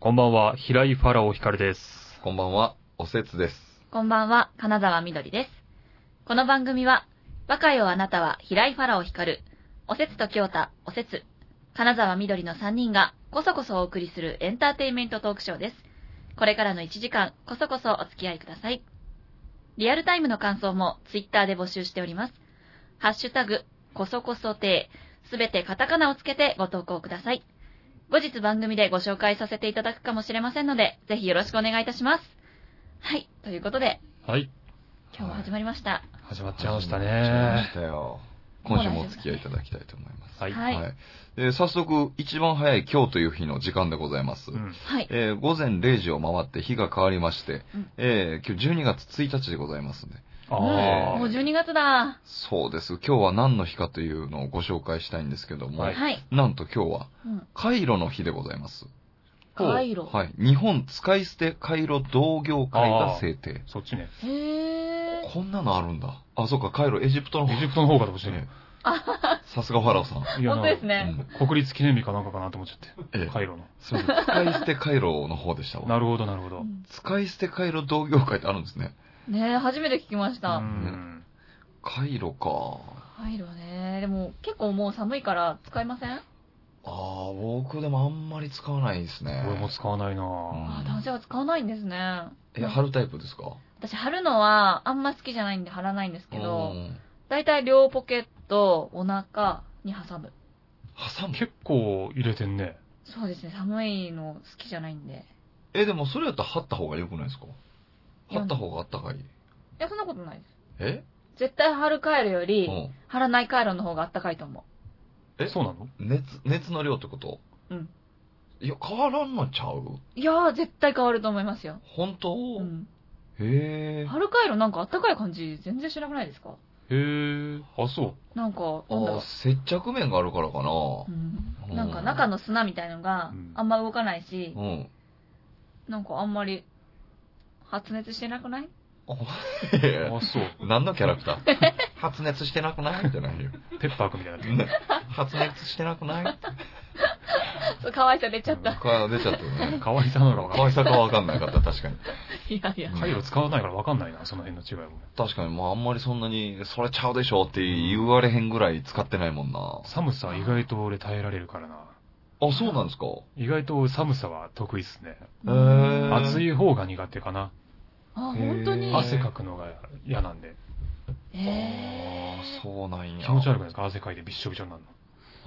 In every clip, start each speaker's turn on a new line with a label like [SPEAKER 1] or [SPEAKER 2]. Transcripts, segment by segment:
[SPEAKER 1] こんばんは、平井ファラオ光です。
[SPEAKER 2] こんばんは、おせつです。
[SPEAKER 3] こんばんは、金沢みどりです。この番組は、バカよあなたは平井ファラオ光る、おせつと京太、おせつ、金沢みどりの3人が、こそこそお送りするエンターテインメントトークショーです。これからの1時間、こそこそお付き合いください。リアルタイムの感想も、ツイッターで募集しております。ハッシュタグ、こそこそてすべてカタカナをつけてご投稿ください。後日番組でご紹介させていただくかもしれませんので、ぜひよろしくお願いいたします。はい、ということで、
[SPEAKER 1] はい。
[SPEAKER 3] 今日も始まりました。
[SPEAKER 1] 始まっちゃいました
[SPEAKER 2] 始まりま
[SPEAKER 1] ね
[SPEAKER 2] し。たよ。今週もお付き合いいただきたいと思います。
[SPEAKER 1] はい。
[SPEAKER 3] はい
[SPEAKER 2] えー早速、一番早い今日という日の時間でございます。
[SPEAKER 1] うん
[SPEAKER 3] はい。
[SPEAKER 2] えー午前0時を回って日が変わりまして、
[SPEAKER 3] うん
[SPEAKER 2] えー今日12月1日でございますね。
[SPEAKER 1] あ
[SPEAKER 2] ー
[SPEAKER 3] もう12月だ。
[SPEAKER 2] そうです。今日は何の日かというのをご紹介したいんですけども、
[SPEAKER 1] はい
[SPEAKER 3] はい。
[SPEAKER 2] なんと今日は
[SPEAKER 3] うん。
[SPEAKER 2] カイロの日でございます。
[SPEAKER 1] ほう
[SPEAKER 3] カイロ。
[SPEAKER 2] はい。日本使い捨てカイロ同業会が制定
[SPEAKER 1] あ。。そっちね。
[SPEAKER 3] へえ。
[SPEAKER 2] こんなのあるんだ。あ、そうか、カイロ、エジプトの方
[SPEAKER 1] エジプトの方かと思っちゃっ
[SPEAKER 2] ね さすがファラオさん。
[SPEAKER 1] た。いや
[SPEAKER 3] 本当です
[SPEAKER 2] う
[SPEAKER 3] ね。
[SPEAKER 2] ん、
[SPEAKER 1] 国立記念日かなんかかなと思っちゃっ
[SPEAKER 2] え
[SPEAKER 1] て。
[SPEAKER 2] え
[SPEAKER 1] カイロの。
[SPEAKER 2] すみません。使い捨て回路の方でしたわ。
[SPEAKER 1] なるほど、なるほど。
[SPEAKER 2] 使い捨て回路同業会ってあるんですね。
[SPEAKER 3] ねえ、初めて聞きまし
[SPEAKER 1] う
[SPEAKER 3] た。
[SPEAKER 1] ん。
[SPEAKER 2] 回路か。
[SPEAKER 3] カイロね。でも、結構もう寒いから使いません
[SPEAKER 2] ああ、僕でもあんまり使わないですね。
[SPEAKER 1] 俺も使わないな
[SPEAKER 2] うん
[SPEAKER 1] ぁ。
[SPEAKER 3] あ、男性は使わないんですね。
[SPEAKER 2] え、貼るタイプですか
[SPEAKER 3] 私、貼るのはあんま好きじゃないんで貼らないんですけ
[SPEAKER 2] う
[SPEAKER 3] ど、
[SPEAKER 2] ん
[SPEAKER 3] だいたい両ポケット、お腹に挟む。
[SPEAKER 2] 挟む
[SPEAKER 1] 結構入れてんね。
[SPEAKER 3] そうですね、寒いの好きじゃないんで。
[SPEAKER 2] え、でもそれやったら貼った方が良くないですか貼った方があったかい。
[SPEAKER 3] いや、そんなことないです。
[SPEAKER 2] え
[SPEAKER 3] 絶対貼るカイロよ
[SPEAKER 2] う
[SPEAKER 3] り、
[SPEAKER 2] ん。
[SPEAKER 3] 貼らないカイロの方があったかいと思う。
[SPEAKER 2] え
[SPEAKER 1] そうなの
[SPEAKER 2] 熱、熱の量ってこと
[SPEAKER 3] うん。
[SPEAKER 2] いや、変わらんのちゃう
[SPEAKER 3] いやー、絶対変わると思いますよ。
[SPEAKER 2] 本当、
[SPEAKER 3] うん。
[SPEAKER 2] へえ。
[SPEAKER 3] 春回路なんかあったかい感じ全然しなくないですか
[SPEAKER 1] へえ。あ、そう。
[SPEAKER 3] なんか、なんだ
[SPEAKER 2] あ
[SPEAKER 3] ろ
[SPEAKER 2] あ、接着面があるからかな。
[SPEAKER 3] う。
[SPEAKER 2] う
[SPEAKER 3] う
[SPEAKER 2] ん
[SPEAKER 3] ん。なんか中の砂みたいのが
[SPEAKER 1] うん
[SPEAKER 3] あんま動かないし
[SPEAKER 2] う、ん。
[SPEAKER 3] なんかあんまり発熱してなくない
[SPEAKER 1] あ、そう。
[SPEAKER 2] 何のキャラクター発熱してなくないってないよ。
[SPEAKER 1] ペッパーくんみたいになってる。
[SPEAKER 2] ね発熱してなくない
[SPEAKER 3] そう、可愛さ出ちゃった。
[SPEAKER 2] 僕は出ちゃったね。
[SPEAKER 1] 可愛さなのかわかん
[SPEAKER 2] 可
[SPEAKER 1] ない
[SPEAKER 2] 愛さがわかんなかった、確かに。
[SPEAKER 3] いやいや。
[SPEAKER 1] カイロ使わないからわかんないな、その辺の違いも。
[SPEAKER 2] 確かに、もうあんまりそんなに、それちゃうでしょって言われへんぐらい使ってないもんな。
[SPEAKER 1] 寒さ意外と俺耐えられるからな。
[SPEAKER 2] あ、そうなんですか
[SPEAKER 1] 意外と寒さは得意っすね。
[SPEAKER 2] へ
[SPEAKER 3] うん
[SPEAKER 2] ー
[SPEAKER 3] あ、
[SPEAKER 1] 暑い方が苦手かな。
[SPEAKER 3] 本当
[SPEAKER 2] へ
[SPEAKER 3] に
[SPEAKER 2] ー。
[SPEAKER 1] 汗かくのが嫌なんで。
[SPEAKER 3] え
[SPEAKER 2] あーそうなんや。
[SPEAKER 1] 気持ち悪くないですか汗かいてびっしょびしょになる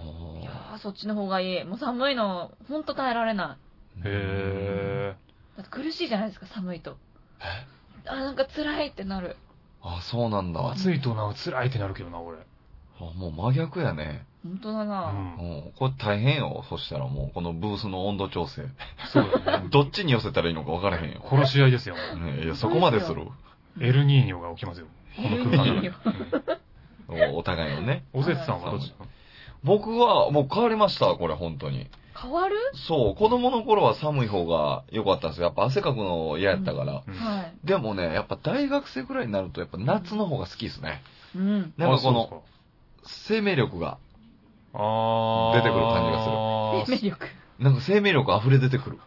[SPEAKER 1] の。
[SPEAKER 3] ー。いや
[SPEAKER 2] あ
[SPEAKER 3] ー、そっちの方がいい。もう寒いの、ほんと耐えられな
[SPEAKER 2] ー
[SPEAKER 1] へ
[SPEAKER 3] い。だって苦しいじゃないですか、寒いと。あ、なんか辛いってなる。
[SPEAKER 2] あ、そうなんだ。
[SPEAKER 1] ー。
[SPEAKER 2] あ
[SPEAKER 1] 暑いとな、辛いってなるけどな、俺。
[SPEAKER 2] もう真逆やね。
[SPEAKER 3] 本当だ
[SPEAKER 1] う
[SPEAKER 3] な。
[SPEAKER 1] ん。
[SPEAKER 2] もうこれ大変よ。そしたらもう、このブースの温度調整。
[SPEAKER 1] そうだね。
[SPEAKER 2] どっちに寄せたらいいのか分からへんよ。
[SPEAKER 1] 殺し合いですよ、も
[SPEAKER 2] ねいや、そこまでする。
[SPEAKER 1] うエルニーニョが起きますよ。この空
[SPEAKER 3] エル
[SPEAKER 1] 間
[SPEAKER 3] ニ
[SPEAKER 1] で
[SPEAKER 3] ーニ。
[SPEAKER 2] おお互いのね。
[SPEAKER 1] おせつさんはどっち
[SPEAKER 2] 僕はもう変わりました、これ本当に。
[SPEAKER 3] 変わる
[SPEAKER 2] そう、子供の頃は寒い方が良かったんですよ。やっぱ汗かくの嫌やったから。
[SPEAKER 1] うん
[SPEAKER 3] はい。
[SPEAKER 2] でもね、やっぱ大学生くらいになるとやっぱ夏の方が好きですね。
[SPEAKER 3] うん。
[SPEAKER 2] なんかこの、
[SPEAKER 1] の、
[SPEAKER 2] 生命力が、
[SPEAKER 1] あー
[SPEAKER 2] 出てくる感じがする
[SPEAKER 3] 生命力。
[SPEAKER 2] なんか生命力溢れ出てくる。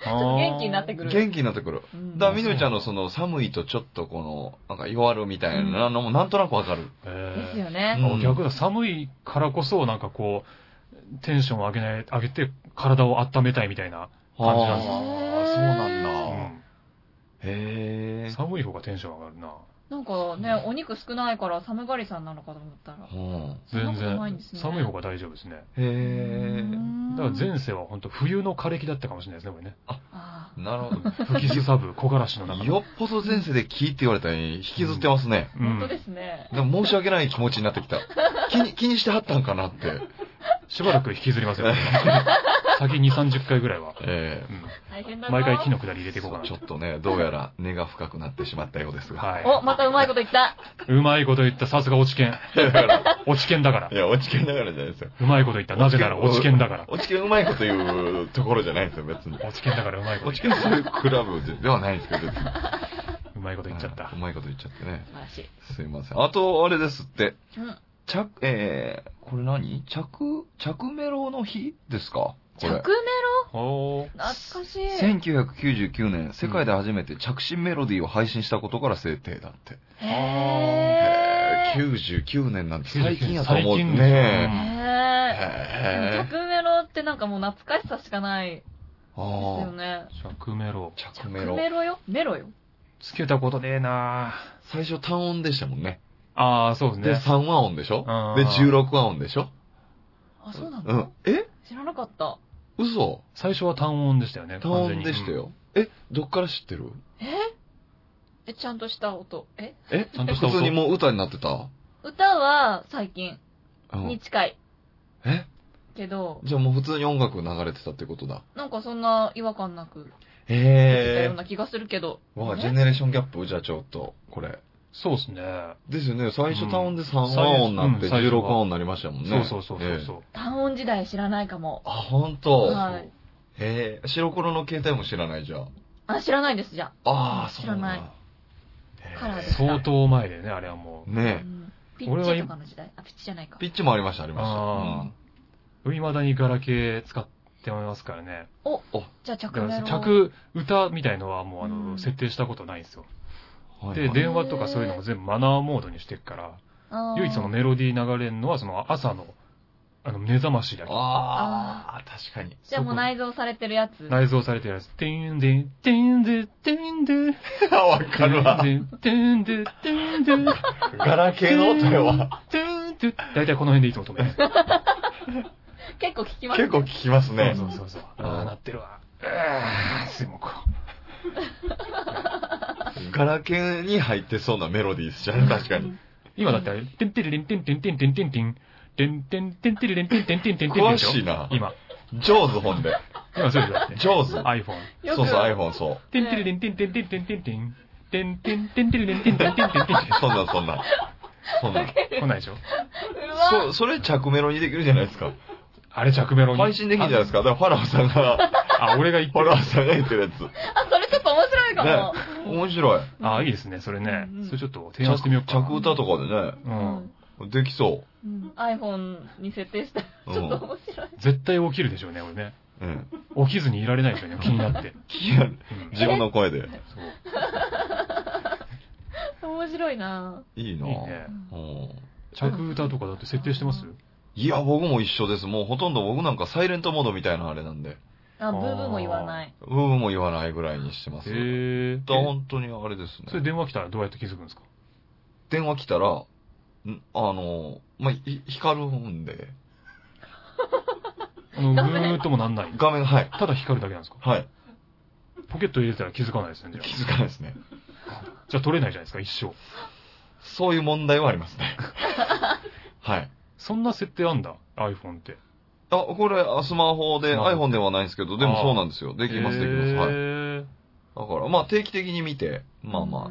[SPEAKER 1] ちょ
[SPEAKER 3] っと元気になってくる
[SPEAKER 2] 元気になってくる。
[SPEAKER 3] うん
[SPEAKER 2] だからみのりちゃんのその寒いとちょっとこの、なんか弱るみたいなのもなんとなくわかる。
[SPEAKER 1] で
[SPEAKER 3] ですよね。
[SPEAKER 2] うん
[SPEAKER 1] 逆だ、寒いからこそ、なんかこう、テンションを上げない、上げて、体を温めたいみたいな。感じなんですよ
[SPEAKER 2] あーそうなんだ。
[SPEAKER 1] うん
[SPEAKER 2] へえ。
[SPEAKER 1] 寒い方がテンション上がるな。
[SPEAKER 3] なんかね、お肉少ないから寒がりさんなのかと思ったら。
[SPEAKER 2] うん
[SPEAKER 3] そんな
[SPEAKER 1] 全
[SPEAKER 3] ことない
[SPEAKER 1] 然
[SPEAKER 3] んですね。
[SPEAKER 1] 寒い方が大丈夫ですね。
[SPEAKER 2] へえ。
[SPEAKER 1] だから前世は本当冬の枯れ木だったかもしれないですね、これね。
[SPEAKER 3] あ
[SPEAKER 2] なるほど。
[SPEAKER 1] 吹きすさぶ木枯らしの中の。
[SPEAKER 2] よっぽど前世で聞いって言われたのに引きずってますね。
[SPEAKER 1] う
[SPEAKER 3] ー本当で
[SPEAKER 1] ん。
[SPEAKER 3] すね。
[SPEAKER 2] でも申し訳ない気持ちになって きた。気に、気にしてはったんかなって。
[SPEAKER 1] しばらく引きずります よ。先2、30回ぐらいは。
[SPEAKER 2] ええ
[SPEAKER 1] う
[SPEAKER 3] 大変だ
[SPEAKER 1] ん、
[SPEAKER 3] な。
[SPEAKER 1] 毎回木の下り入れていこうか
[SPEAKER 2] ちょ
[SPEAKER 1] な。
[SPEAKER 2] っとね、どうやら根が深くなってしまったようですが。
[SPEAKER 1] は
[SPEAKER 3] お、またうまいこと言った。
[SPEAKER 1] い。うまいこと言った、さすが落ち券。
[SPEAKER 2] いやだから、
[SPEAKER 1] 落ち券だから
[SPEAKER 2] い。や、落ち券だからじゃないですよ。
[SPEAKER 1] うまいこと言った。なぜなら落ち券だから。
[SPEAKER 2] 落ち券うまいこと言うところじゃないですよ、別に。
[SPEAKER 1] 落ち券だからうまいこと
[SPEAKER 2] 落
[SPEAKER 1] 言
[SPEAKER 2] ち
[SPEAKER 1] っ
[SPEAKER 2] 券そういうクラブではないんですけど、別に。
[SPEAKER 1] た。うまいこと言っちゃった
[SPEAKER 2] う。まいこと言っちゃってね
[SPEAKER 3] 素。晴らしい。
[SPEAKER 2] すいません。あと、あれですって。
[SPEAKER 3] うん。
[SPEAKER 2] 着、えー、これ何着、着メロの日ですかこ
[SPEAKER 3] 着メ
[SPEAKER 2] れ。
[SPEAKER 3] ロ
[SPEAKER 1] おー。
[SPEAKER 3] 懐かしい。
[SPEAKER 2] 1999年、世界で初めて着信メロディーを配信したことから制定だって。
[SPEAKER 3] へー。
[SPEAKER 2] 99年なんて最近やと
[SPEAKER 1] 最
[SPEAKER 2] 思う
[SPEAKER 1] 近です
[SPEAKER 2] ね。
[SPEAKER 3] へー。で
[SPEAKER 2] へ
[SPEAKER 3] も着メロってなんかもう懐かしさしかないで
[SPEAKER 2] ー
[SPEAKER 3] すよ
[SPEAKER 2] あ
[SPEAKER 3] ね。
[SPEAKER 1] 着メロ。
[SPEAKER 2] あ、着
[SPEAKER 3] 着
[SPEAKER 2] メロ。
[SPEAKER 3] メロよメロよ。
[SPEAKER 1] つけたことねえな
[SPEAKER 2] 最初単音でしたもんね。
[SPEAKER 1] ああ、そう
[SPEAKER 2] で、
[SPEAKER 1] ですね。
[SPEAKER 2] 3和音でしょ
[SPEAKER 1] うん
[SPEAKER 2] で、16和音でしょ
[SPEAKER 3] あ、そうな
[SPEAKER 2] う
[SPEAKER 3] の
[SPEAKER 2] ん。え
[SPEAKER 3] 知らなかった。
[SPEAKER 2] 嘘
[SPEAKER 1] 最初は単音でしたよね。
[SPEAKER 2] 単音でした
[SPEAKER 1] 完
[SPEAKER 2] よ。え、どっから知ってる
[SPEAKER 3] ええ、ちゃんとした音。え
[SPEAKER 2] え
[SPEAKER 1] ちゃんとした
[SPEAKER 2] 普
[SPEAKER 1] 音
[SPEAKER 2] 通にもう歌になってた
[SPEAKER 3] 歌は最近
[SPEAKER 2] うん
[SPEAKER 3] に近い
[SPEAKER 2] え
[SPEAKER 3] けど、
[SPEAKER 2] じゃあもう普通に音楽流れてたってことだ。
[SPEAKER 3] なんかそんな違和感なく出てたよ
[SPEAKER 2] へ
[SPEAKER 3] うな気がするけど。
[SPEAKER 2] え。わあ、
[SPEAKER 3] ね
[SPEAKER 2] ジェネレーションギャップじゃあちょっと、これ。
[SPEAKER 1] 全にうんそうですね。
[SPEAKER 2] ですよね、最初単音で3
[SPEAKER 1] うん
[SPEAKER 2] 和音になって
[SPEAKER 1] 最初うん最初
[SPEAKER 2] 16
[SPEAKER 1] は
[SPEAKER 2] 和音になりましたもんね。
[SPEAKER 1] そうそうそうそう
[SPEAKER 2] ええ
[SPEAKER 1] そう。
[SPEAKER 3] 単音時代知らないかも。
[SPEAKER 2] あ、ほんと
[SPEAKER 3] はい。
[SPEAKER 2] へえ、白黒の携帯も知らないじゃん。
[SPEAKER 3] あ、知らないです、じゃ
[SPEAKER 2] ああ、
[SPEAKER 3] 知
[SPEAKER 2] そう
[SPEAKER 3] ら
[SPEAKER 2] なん
[SPEAKER 3] ない
[SPEAKER 2] だ。へえ
[SPEAKER 3] カラーです
[SPEAKER 1] 相当前だよね、あれはもう。
[SPEAKER 3] あ。う
[SPEAKER 2] ね
[SPEAKER 3] んピ
[SPEAKER 1] 俺
[SPEAKER 3] ッ
[SPEAKER 1] は
[SPEAKER 3] チ
[SPEAKER 1] 今
[SPEAKER 3] とかの時代。あ、ピッチじゃないか
[SPEAKER 2] え。ピ。ッチもありました、ありました。
[SPEAKER 1] あ未だにガラケー使ってますからね。
[SPEAKER 3] じゃあ着
[SPEAKER 1] だか
[SPEAKER 3] メ
[SPEAKER 1] ら
[SPEAKER 3] ロ。
[SPEAKER 1] 着歌みたいのはもうあ
[SPEAKER 3] う
[SPEAKER 1] の、
[SPEAKER 3] ん
[SPEAKER 1] 設定したことないんですよ。
[SPEAKER 2] うんはい
[SPEAKER 1] で、
[SPEAKER 2] はい
[SPEAKER 1] 電話とかそういうのも全部マナーモードにしてるから、
[SPEAKER 3] あー
[SPEAKER 1] 唯一そのメロディー流れるのはその朝の、あの、目覚ましだけ。
[SPEAKER 2] ああ、確かに。
[SPEAKER 3] じゃあもう内蔵されてるやつ。
[SPEAKER 1] 内蔵されてるやつ。てんでん、てんで、てんで、
[SPEAKER 2] わかるわ。
[SPEAKER 1] てんで、てんで、てんで、
[SPEAKER 2] ガラケーの音やわ。
[SPEAKER 1] てんで、だいたいこの辺でいつも止める。
[SPEAKER 3] 結構聞きます。
[SPEAKER 2] 結構聞きますね。
[SPEAKER 1] そうそうそうそう。ああ、なってるわ。ああ、すいませ
[SPEAKER 2] ガラケーに入ってそうなメロディーですじゃん、確かに。
[SPEAKER 1] ん。今だったら、てんてれれんてんてんてんてんてんてん。てんてんてんてれれんてんてんてんてんてん。
[SPEAKER 2] 詳しいな。
[SPEAKER 1] 今。
[SPEAKER 2] 上手本で。
[SPEAKER 1] 今そうだね。
[SPEAKER 2] 上手。
[SPEAKER 1] iPhone。
[SPEAKER 3] よく
[SPEAKER 2] そうそう、iPhone そう。
[SPEAKER 1] てんてれれんてんてんてんてんてんてん。てんてんてんてれれんてんてんてんてんてん。
[SPEAKER 2] そんなんそんなん。そんなん。
[SPEAKER 1] 来ないでしょ
[SPEAKER 3] うわ
[SPEAKER 2] そ、それ着メロにできるじゃないですか。
[SPEAKER 1] あれ着メロに。
[SPEAKER 2] 配信できるじゃないですか。だからファラオさんが、
[SPEAKER 1] あ、俺が言っ
[SPEAKER 2] フ
[SPEAKER 1] て
[SPEAKER 2] ァ
[SPEAKER 1] る
[SPEAKER 2] ラオ。さんが言ってるやつ。
[SPEAKER 3] あ、それちょっと面白いかも。
[SPEAKER 2] 面白い。
[SPEAKER 1] あ、いいですね、それね
[SPEAKER 3] うんうん。
[SPEAKER 1] それちょっと提案してみようか
[SPEAKER 2] 着。歌とか
[SPEAKER 1] う。
[SPEAKER 3] うんん
[SPEAKER 2] でね、できそう。
[SPEAKER 3] うん。iPhone に設定した。ちょっと面白い。
[SPEAKER 1] 絶対起きるでしょうね、俺ね。
[SPEAKER 2] うん。
[SPEAKER 1] 起きずにいられないですよね、気になって。
[SPEAKER 2] 気になる
[SPEAKER 1] うん
[SPEAKER 2] 自分の声で。
[SPEAKER 1] そう
[SPEAKER 3] 面白いない
[SPEAKER 2] いない
[SPEAKER 1] いね。
[SPEAKER 2] うん
[SPEAKER 1] 着歌とかだって設定してます
[SPEAKER 2] いや、僕も一緒です。もうほとんど僕なんかサイレントモードみたいなあれなんで、
[SPEAKER 3] あ、ブーブーも言わない。
[SPEAKER 2] うーも言わないぐらいにしてます。
[SPEAKER 1] へえ。
[SPEAKER 2] だ本当にあれです
[SPEAKER 1] それ
[SPEAKER 2] ね。
[SPEAKER 1] 電話来たらどうやって気づくんですか
[SPEAKER 2] 電話来たら、んあの、まあ、い光るんで、
[SPEAKER 1] あの、ぐーっともなんない。
[SPEAKER 2] 画面、はい。
[SPEAKER 1] ただ光るだけなんですか
[SPEAKER 2] はい。
[SPEAKER 1] ポケット入れてたら気づかないですね、じゃ
[SPEAKER 2] 気づかないですね。
[SPEAKER 1] あ。じゃあ取れないじゃないですか、一生。
[SPEAKER 2] そういう問題はありま すね。はい。
[SPEAKER 1] そんな設定あんだ、iPhone って。
[SPEAKER 2] あ、これ、あスマホで、
[SPEAKER 1] スマホ
[SPEAKER 2] iPhone ではないんですけど、でもそうなんですよ。できます、できます。はい。
[SPEAKER 1] へ
[SPEAKER 2] だから、まあ、定期的に見て、まあま
[SPEAKER 3] あ。
[SPEAKER 2] あ、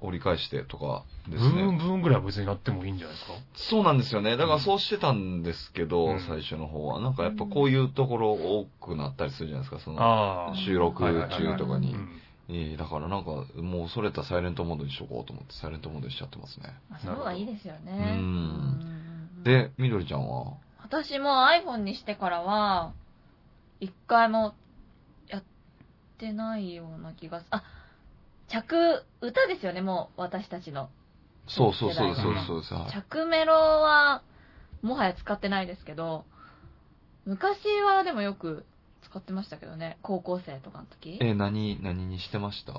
[SPEAKER 2] 折り返してとか
[SPEAKER 1] ー
[SPEAKER 2] で
[SPEAKER 1] ブ
[SPEAKER 2] す
[SPEAKER 1] ーン
[SPEAKER 2] ね。
[SPEAKER 1] ブーンぐらいは別になってもいいんじゃないですか
[SPEAKER 2] そうなんですよね。だからそうしてたんですけど、
[SPEAKER 1] うん
[SPEAKER 2] 最初の方は。なんかやっぱこういうところ多くなったりするじゃないですか、その、
[SPEAKER 1] ああ。
[SPEAKER 2] 収録中とか
[SPEAKER 1] う
[SPEAKER 2] に。
[SPEAKER 1] ん。
[SPEAKER 2] えーだからなんか、もうそれたサイレントモードにしとこうと思って、サイレントモードにしちゃってますね。
[SPEAKER 3] まあその方がいいですよね。
[SPEAKER 2] なるほどうん
[SPEAKER 3] うん
[SPEAKER 2] で、みどりちゃんは
[SPEAKER 3] 私も iPhone にしてからは、一回もやってないような気がすあ、着、歌ですよね、もう私たちの。
[SPEAKER 2] そうそうそうです、
[SPEAKER 1] 世
[SPEAKER 2] そ
[SPEAKER 1] 代
[SPEAKER 2] うで
[SPEAKER 1] が
[SPEAKER 2] す、そうです。はい
[SPEAKER 3] 着メロは、もはや使ってないですけど、昔はでもよく使ってましたけどね、高校生とかの時。
[SPEAKER 2] えー何、何にしてました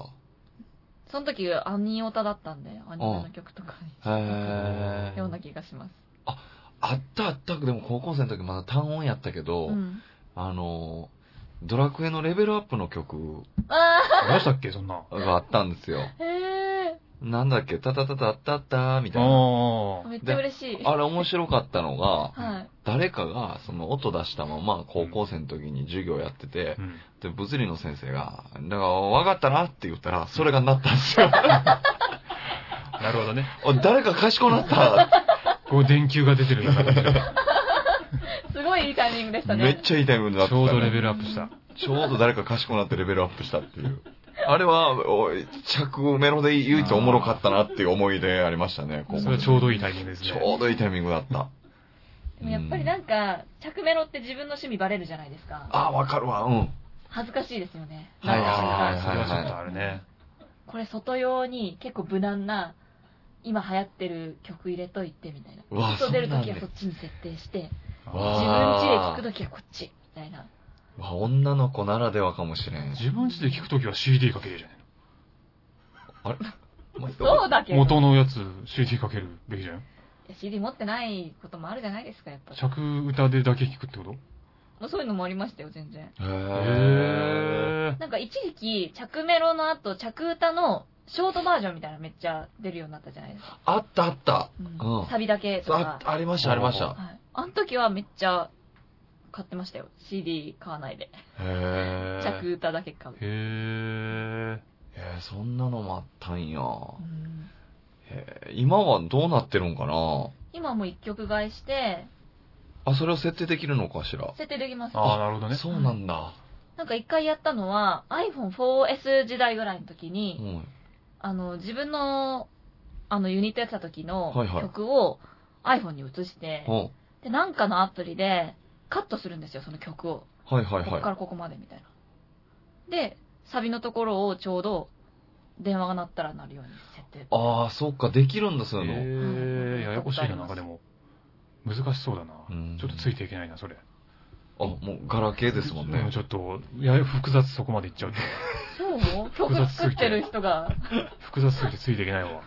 [SPEAKER 3] その時、アニオタだったんで、アニメの曲とか
[SPEAKER 2] へ
[SPEAKER 3] よ
[SPEAKER 2] ー。
[SPEAKER 3] うな気がします。
[SPEAKER 2] あったあった、でも高校生の時まだ単音やったけど、
[SPEAKER 3] うん。
[SPEAKER 2] あのー、ドラクエのレベルアップの曲
[SPEAKER 3] あ
[SPEAKER 1] どうしたっけ、そんな。あ
[SPEAKER 2] があったんですよ。
[SPEAKER 3] ーへ
[SPEAKER 2] なんだっけ、タタタタタタみたいな。
[SPEAKER 1] あ
[SPEAKER 3] ー。。めっちゃ嬉しい。
[SPEAKER 2] あれ面白かったのが、
[SPEAKER 3] はい。
[SPEAKER 2] 誰かがその音出したまま高校生の時に授業やってて
[SPEAKER 1] う、ん
[SPEAKER 2] で、物理の先生が、だから分かったなって言ったら、それがなったんで すよ。
[SPEAKER 1] なるほどね。
[SPEAKER 2] お誰か賢なった
[SPEAKER 1] こう電球が出てるよう な感じが
[SPEAKER 3] すごいいいタイミングでしたね。
[SPEAKER 2] めっちゃいいタイムだった、
[SPEAKER 1] ちょうどレベルアップした。
[SPEAKER 2] ちょうど誰か賢くなってレベルアップしたっていう。あれは、おい着メロで唯一おもろかったなっていう思い出ありましたね、高校
[SPEAKER 1] そ
[SPEAKER 2] 生
[SPEAKER 1] れはちょうどいいタイミングです
[SPEAKER 2] ち
[SPEAKER 1] ね。
[SPEAKER 2] ょうどいいタイミングだった。
[SPEAKER 3] でもやっぱりなんか、着メロって自分の趣味バレるじゃないですか。
[SPEAKER 2] ああ、わかるわ。うん。
[SPEAKER 3] 恥ずかしいですよね。
[SPEAKER 2] はいはい
[SPEAKER 1] あ
[SPEAKER 2] はい
[SPEAKER 1] ーそれはちょっとあるね。
[SPEAKER 3] これ外用に結構無難な、今流行ってる曲入れといてみたいな。
[SPEAKER 2] うわ
[SPEAKER 3] 外出るとき
[SPEAKER 2] そう
[SPEAKER 3] は
[SPEAKER 2] なんだ
[SPEAKER 3] そっちに設定して、自
[SPEAKER 2] わ
[SPEAKER 3] 分
[SPEAKER 2] あー
[SPEAKER 3] 家で聞くときはこっち、みたいな。
[SPEAKER 2] まあ、女の子ならではかもしれん。
[SPEAKER 1] 自分家で聞くときは CD かけるじゃない
[SPEAKER 2] あれ
[SPEAKER 3] そうだけど。
[SPEAKER 1] 元のやつ CD かけるべきじゃん。
[SPEAKER 3] いや CD 持ってないこともあるじゃないですか、やっぱり。
[SPEAKER 1] 着歌でだけ聞くってこと
[SPEAKER 3] もうそういうのもありましたよ、全然。
[SPEAKER 2] へえ。
[SPEAKER 1] へー。
[SPEAKER 3] なんか一時期、着メロの後、着歌のショートバージョンみたいなのめっちゃ出るようになったじゃないですか。
[SPEAKER 2] あったあった。
[SPEAKER 3] うん
[SPEAKER 2] うん
[SPEAKER 3] サビだけと
[SPEAKER 2] あ
[SPEAKER 3] か、。
[SPEAKER 2] ありました、ありました。
[SPEAKER 3] はい。あの時はめっちゃ買ってましたよ。CD 買わないで。
[SPEAKER 2] へえ。
[SPEAKER 3] 着歌だけ買う。
[SPEAKER 1] へ
[SPEAKER 2] えー、そんなのもあったんや。
[SPEAKER 3] うん
[SPEAKER 2] へー今はどうなってるんかな
[SPEAKER 3] 今もう一曲買いして、
[SPEAKER 2] あ、それを設定できるのかしら。
[SPEAKER 3] 設定できます
[SPEAKER 1] ー。。ああ、なるほどね。
[SPEAKER 2] そうなんだ。
[SPEAKER 3] なんか一回やったのは、iPhone4S 時代ぐらいの時に
[SPEAKER 2] う、ん。
[SPEAKER 3] あの、自分の、あの、ユニットやってた時の
[SPEAKER 2] はいはい
[SPEAKER 3] 曲を iPhone に移して、
[SPEAKER 2] うん
[SPEAKER 3] で、なんかのアプリでカットするんですよ、その曲を。
[SPEAKER 2] はいはい
[SPEAKER 3] こ
[SPEAKER 2] は
[SPEAKER 3] っ
[SPEAKER 2] い
[SPEAKER 3] か。らここまでみたいな。で、サビのところをちょうど電話が鳴ったら鳴るように設定。
[SPEAKER 2] ああ、そっか、できるんだ、そういうの。
[SPEAKER 1] へえ、ややこしい
[SPEAKER 3] ちょ
[SPEAKER 1] な、
[SPEAKER 3] っと
[SPEAKER 1] なんか
[SPEAKER 3] あります
[SPEAKER 1] でも。難しそうだな
[SPEAKER 2] うん。
[SPEAKER 1] ちょっとついていけないな、それ。
[SPEAKER 2] あ、もう、ガラケーですもん
[SPEAKER 1] う
[SPEAKER 2] ね
[SPEAKER 1] ん。ちょっと、やや、複雑そこまでいっちゃうと。
[SPEAKER 3] そう曲
[SPEAKER 1] 複雑す
[SPEAKER 3] 作
[SPEAKER 1] ぎて
[SPEAKER 3] ってる人が。
[SPEAKER 1] 複雑すぎてついていけないわ。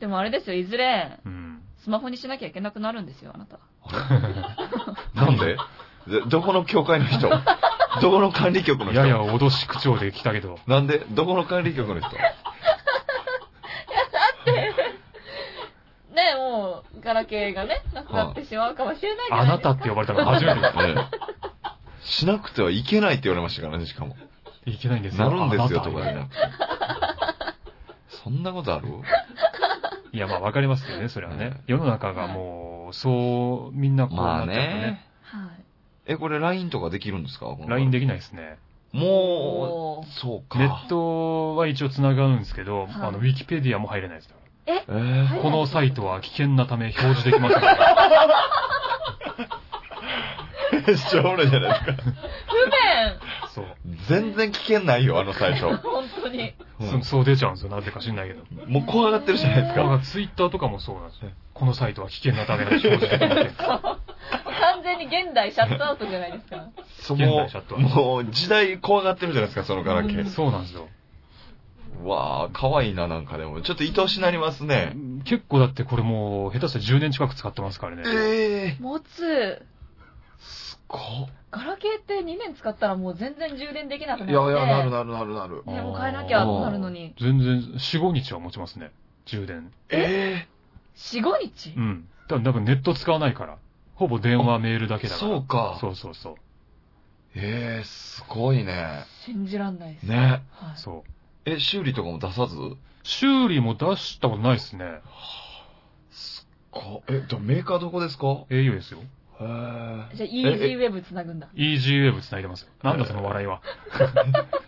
[SPEAKER 3] でもあれですよ、いずれ
[SPEAKER 1] うん。
[SPEAKER 3] スマホにしなきゃいけなくなるんですよ、あなた。
[SPEAKER 2] なんででどこの教会の 人どこの管理局の人
[SPEAKER 1] やや脅し口調で来たけど。
[SPEAKER 2] なんでどこの管理局の人
[SPEAKER 3] ねえ、もう、ガラケーがね、なくなってしまうかもしれないじゃ
[SPEAKER 1] あ
[SPEAKER 3] ない
[SPEAKER 1] な
[SPEAKER 3] ですか。
[SPEAKER 1] たって呼ばれたの初めてだ。
[SPEAKER 2] ねしなくてはいけないって言われましたからね、しかも。
[SPEAKER 1] いけないんです
[SPEAKER 2] な
[SPEAKER 1] よ。
[SPEAKER 2] るんですよ、
[SPEAKER 1] あ
[SPEAKER 2] とか
[SPEAKER 1] な
[SPEAKER 2] じゃ
[SPEAKER 1] た
[SPEAKER 2] なくて。そんなことある
[SPEAKER 1] いや、まあわかりますよね、それは
[SPEAKER 2] うん
[SPEAKER 1] ね。世の中がもう、そう、みんなこう
[SPEAKER 2] ま
[SPEAKER 1] なっちゃ
[SPEAKER 2] あ
[SPEAKER 1] うとね。
[SPEAKER 2] ね。
[SPEAKER 3] はい。
[SPEAKER 2] え、これ LINE とかできるんですか
[SPEAKER 1] LINE。できないですね。
[SPEAKER 2] も
[SPEAKER 3] お
[SPEAKER 2] う、そうか。
[SPEAKER 1] ネットは一応繋がるんですけど、
[SPEAKER 3] はい
[SPEAKER 1] あの、ウィキペディアも入れないですから。
[SPEAKER 2] え
[SPEAKER 3] はい
[SPEAKER 2] ー
[SPEAKER 1] このサイトは危険なため表示でき ませんから。
[SPEAKER 2] めっちゃおもろいじゃないですか。
[SPEAKER 3] 不
[SPEAKER 1] そう。
[SPEAKER 2] 全然危険ないよ、あのサイト。
[SPEAKER 3] 便本当に。
[SPEAKER 1] そそう出ちゃうんですよ、なぜか知んないけど。
[SPEAKER 2] もう怖がってるじゃないです
[SPEAKER 1] だか
[SPEAKER 2] か。
[SPEAKER 1] らツイッターとかもそうなんですよ。このサイトは危険なため表示できませ ん。
[SPEAKER 3] 完全に現代シャットアウトじゃないですか。
[SPEAKER 2] そ
[SPEAKER 1] 危険
[SPEAKER 2] も
[SPEAKER 1] なチャット
[SPEAKER 2] う、
[SPEAKER 1] は
[SPEAKER 2] もう時代怖がってるじゃないですか、そのガラケー。
[SPEAKER 1] そうなんですよ。
[SPEAKER 2] わあ、可愛いな、なんかでも。ちょっと愛おしなりますね。
[SPEAKER 1] 結構だってこれもう、下手したら10年近く使ってますからね。
[SPEAKER 2] ええ
[SPEAKER 3] 持つ。
[SPEAKER 2] すご
[SPEAKER 3] ガラケーって2年使ったらもう全然充電できなくなっ
[SPEAKER 2] い
[SPEAKER 3] て。
[SPEAKER 2] やいや、なるなるなるなる。
[SPEAKER 3] ね、もう変えなきゃなるのに。
[SPEAKER 1] 全然、4、5日は持ちますね。充電。
[SPEAKER 2] え
[SPEAKER 3] 4、5日
[SPEAKER 1] うん。多分、多分ネット使わないから。ほぼ電話、メールだ
[SPEAKER 2] え
[SPEAKER 1] けだから。
[SPEAKER 2] そうか。
[SPEAKER 1] そうそうそう。
[SPEAKER 2] ええすごいね。
[SPEAKER 3] 信じらんないです。
[SPEAKER 2] ね。
[SPEAKER 3] はい。
[SPEAKER 1] そう。
[SPEAKER 2] え、修理とかも出さず
[SPEAKER 1] 修理も出したことないですね。
[SPEAKER 2] すっごえ、でもメーカーどこですか
[SPEAKER 1] au ですよ。
[SPEAKER 2] へ
[SPEAKER 3] じゃあ、EasyWeb 繋ぐんだ。
[SPEAKER 1] easyweb 繋いでますよ。なんだその笑いは。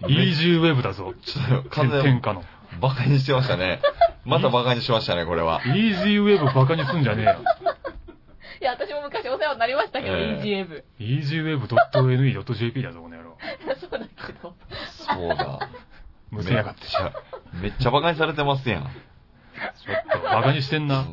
[SPEAKER 2] え
[SPEAKER 1] easyweb だぞ。
[SPEAKER 2] ちょっと完全
[SPEAKER 1] 天下の。
[SPEAKER 2] にバカにしてました ね。またバカにしてましたね、これは。
[SPEAKER 1] easyweb バカにすんじゃねえよ。
[SPEAKER 3] いや、私も昔お世話になりましたけど、
[SPEAKER 2] え
[SPEAKER 3] EasyWeb。
[SPEAKER 1] easyweb.ne.jp だぞ、この野郎。
[SPEAKER 3] そうだけど。
[SPEAKER 2] そうだ。
[SPEAKER 1] むせやがって。
[SPEAKER 2] めっちゃ、めっちゃバカにされてますやん。
[SPEAKER 1] ちょっと、バカにしてん
[SPEAKER 2] う
[SPEAKER 1] な。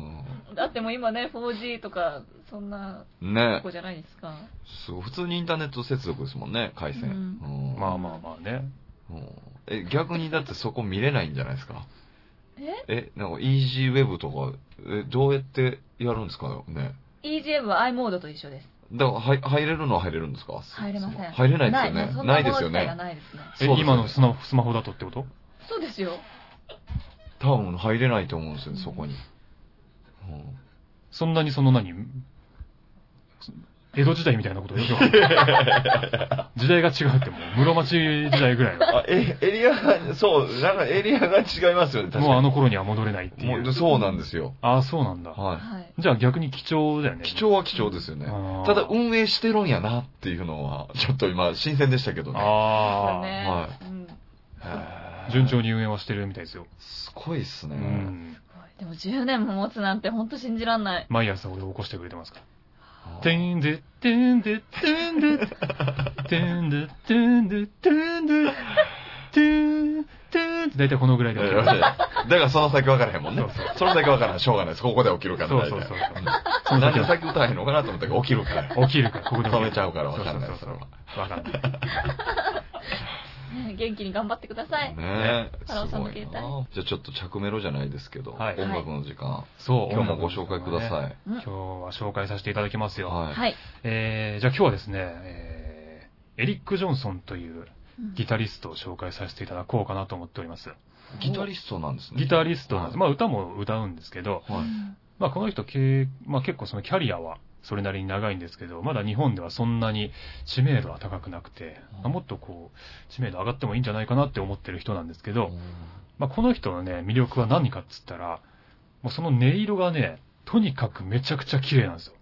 [SPEAKER 3] だってもう今ね、4G とか、そんなん
[SPEAKER 2] ね
[SPEAKER 3] とこじゃないですか。
[SPEAKER 2] すごい。普通にインターネット接続ですもんね、回線。
[SPEAKER 3] うん
[SPEAKER 2] うん
[SPEAKER 1] まあまあまあね。
[SPEAKER 2] うんえ、逆にだってそこ見れないんじゃないですか。
[SPEAKER 3] え
[SPEAKER 2] え、なんか EasyWeb とか、え、どうやってやるんですかね。
[SPEAKER 3] ?EGM は i モードと一緒です。
[SPEAKER 2] だから、はい、入れるのは入れるんですか
[SPEAKER 3] 入れません。
[SPEAKER 2] 入れないですよね。
[SPEAKER 3] も
[SPEAKER 2] な
[SPEAKER 3] う
[SPEAKER 2] い
[SPEAKER 3] そん
[SPEAKER 2] で
[SPEAKER 3] もの
[SPEAKER 2] すよ
[SPEAKER 3] 自体が
[SPEAKER 2] ね。
[SPEAKER 3] ないですね。
[SPEAKER 1] え、
[SPEAKER 2] そうですよね
[SPEAKER 1] 今のスマホスマホだとってこと
[SPEAKER 3] そうですよ。
[SPEAKER 2] 多分入れないと思うんですよね、そこに。うん
[SPEAKER 1] そんなにその何江戸時代みたいなことでしょ 時代が違うってもう、室町時代ぐらいの。
[SPEAKER 2] あ、え、エリアが、そう、なんかエリアが違いますよね、確
[SPEAKER 1] もう
[SPEAKER 2] か
[SPEAKER 1] あの頃には戻れないって
[SPEAKER 2] に。
[SPEAKER 1] い
[SPEAKER 2] もう
[SPEAKER 1] う。
[SPEAKER 2] そうなんですよ。
[SPEAKER 1] ああ、そうなんだ。
[SPEAKER 2] は
[SPEAKER 3] はい。
[SPEAKER 1] じゃあ逆に貴重だよね。
[SPEAKER 2] い。貴重は貴重ですよね。
[SPEAKER 1] あー
[SPEAKER 2] ただ、運営してるんやなっていうのは、ちょっと今、新鮮でしたけどね。
[SPEAKER 1] あ
[SPEAKER 3] ね
[SPEAKER 2] は
[SPEAKER 3] うん。す
[SPEAKER 1] あ。順調
[SPEAKER 2] に。
[SPEAKER 1] に運営はしてるみたいですよ。
[SPEAKER 2] すごいっす
[SPEAKER 1] う
[SPEAKER 2] ね。
[SPEAKER 1] ん。
[SPEAKER 3] ごいでも10年も持つなんて本当信じらんない。
[SPEAKER 1] 毎朝俺を起こしてくれてますから。てんで、てんで、てんで、てんで、てんで、てんで、てん、てんって大体このぐらいで起きる。
[SPEAKER 2] だからその先分からへんもんね
[SPEAKER 1] そうそう。
[SPEAKER 2] その先分からん。しょうがないです。ここで起きるから
[SPEAKER 1] そう
[SPEAKER 2] 大
[SPEAKER 1] そう
[SPEAKER 2] 体。
[SPEAKER 1] そう。その
[SPEAKER 2] なん
[SPEAKER 1] 先
[SPEAKER 2] で
[SPEAKER 1] は
[SPEAKER 2] 先歌えへんのかなと思ったけど、起きるから。
[SPEAKER 1] 起きるから、ここで起きる
[SPEAKER 2] 止めちゃうから分かんない
[SPEAKER 1] そうそうそう
[SPEAKER 2] そ
[SPEAKER 1] そうわかんない。
[SPEAKER 3] 元気に頑張ってください。
[SPEAKER 2] ねえ。
[SPEAKER 3] 太郎
[SPEAKER 2] す
[SPEAKER 3] さん
[SPEAKER 2] ご
[SPEAKER 3] の
[SPEAKER 2] い
[SPEAKER 3] 携帯
[SPEAKER 2] な。じゃあちょっと着メロじゃないですけど、
[SPEAKER 1] はい
[SPEAKER 2] 音楽の時間。
[SPEAKER 1] そう、
[SPEAKER 2] 今日もご紹介くださ
[SPEAKER 1] い。
[SPEAKER 2] い。
[SPEAKER 1] 今日は紹介させていただきますよ。
[SPEAKER 2] は。
[SPEAKER 3] はいい。
[SPEAKER 1] えー、じゃあ今日はですね、えー、エリック・ジョンソンという
[SPEAKER 3] うん
[SPEAKER 1] ギタリストを紹介させていただこうかなと思っております。
[SPEAKER 2] ギタリストなんですね。
[SPEAKER 1] ギタリストなんです。
[SPEAKER 2] は
[SPEAKER 1] まあ歌も歌うんですけど、
[SPEAKER 2] いはい。
[SPEAKER 1] まあこの人け、まあ、結構そのキャリアはそれなりに長いんですけど、まだ日本ではそんなに知名度は高くなくて、
[SPEAKER 2] うん
[SPEAKER 1] もっとこう、知名度上がってもいいんじゃないかなって思ってる人なんですけど、
[SPEAKER 2] う
[SPEAKER 1] まあこの人のね、魅力は何かっつったら、もうその音色がね、とにかくめちゃくちゃ綺麗なんですよ。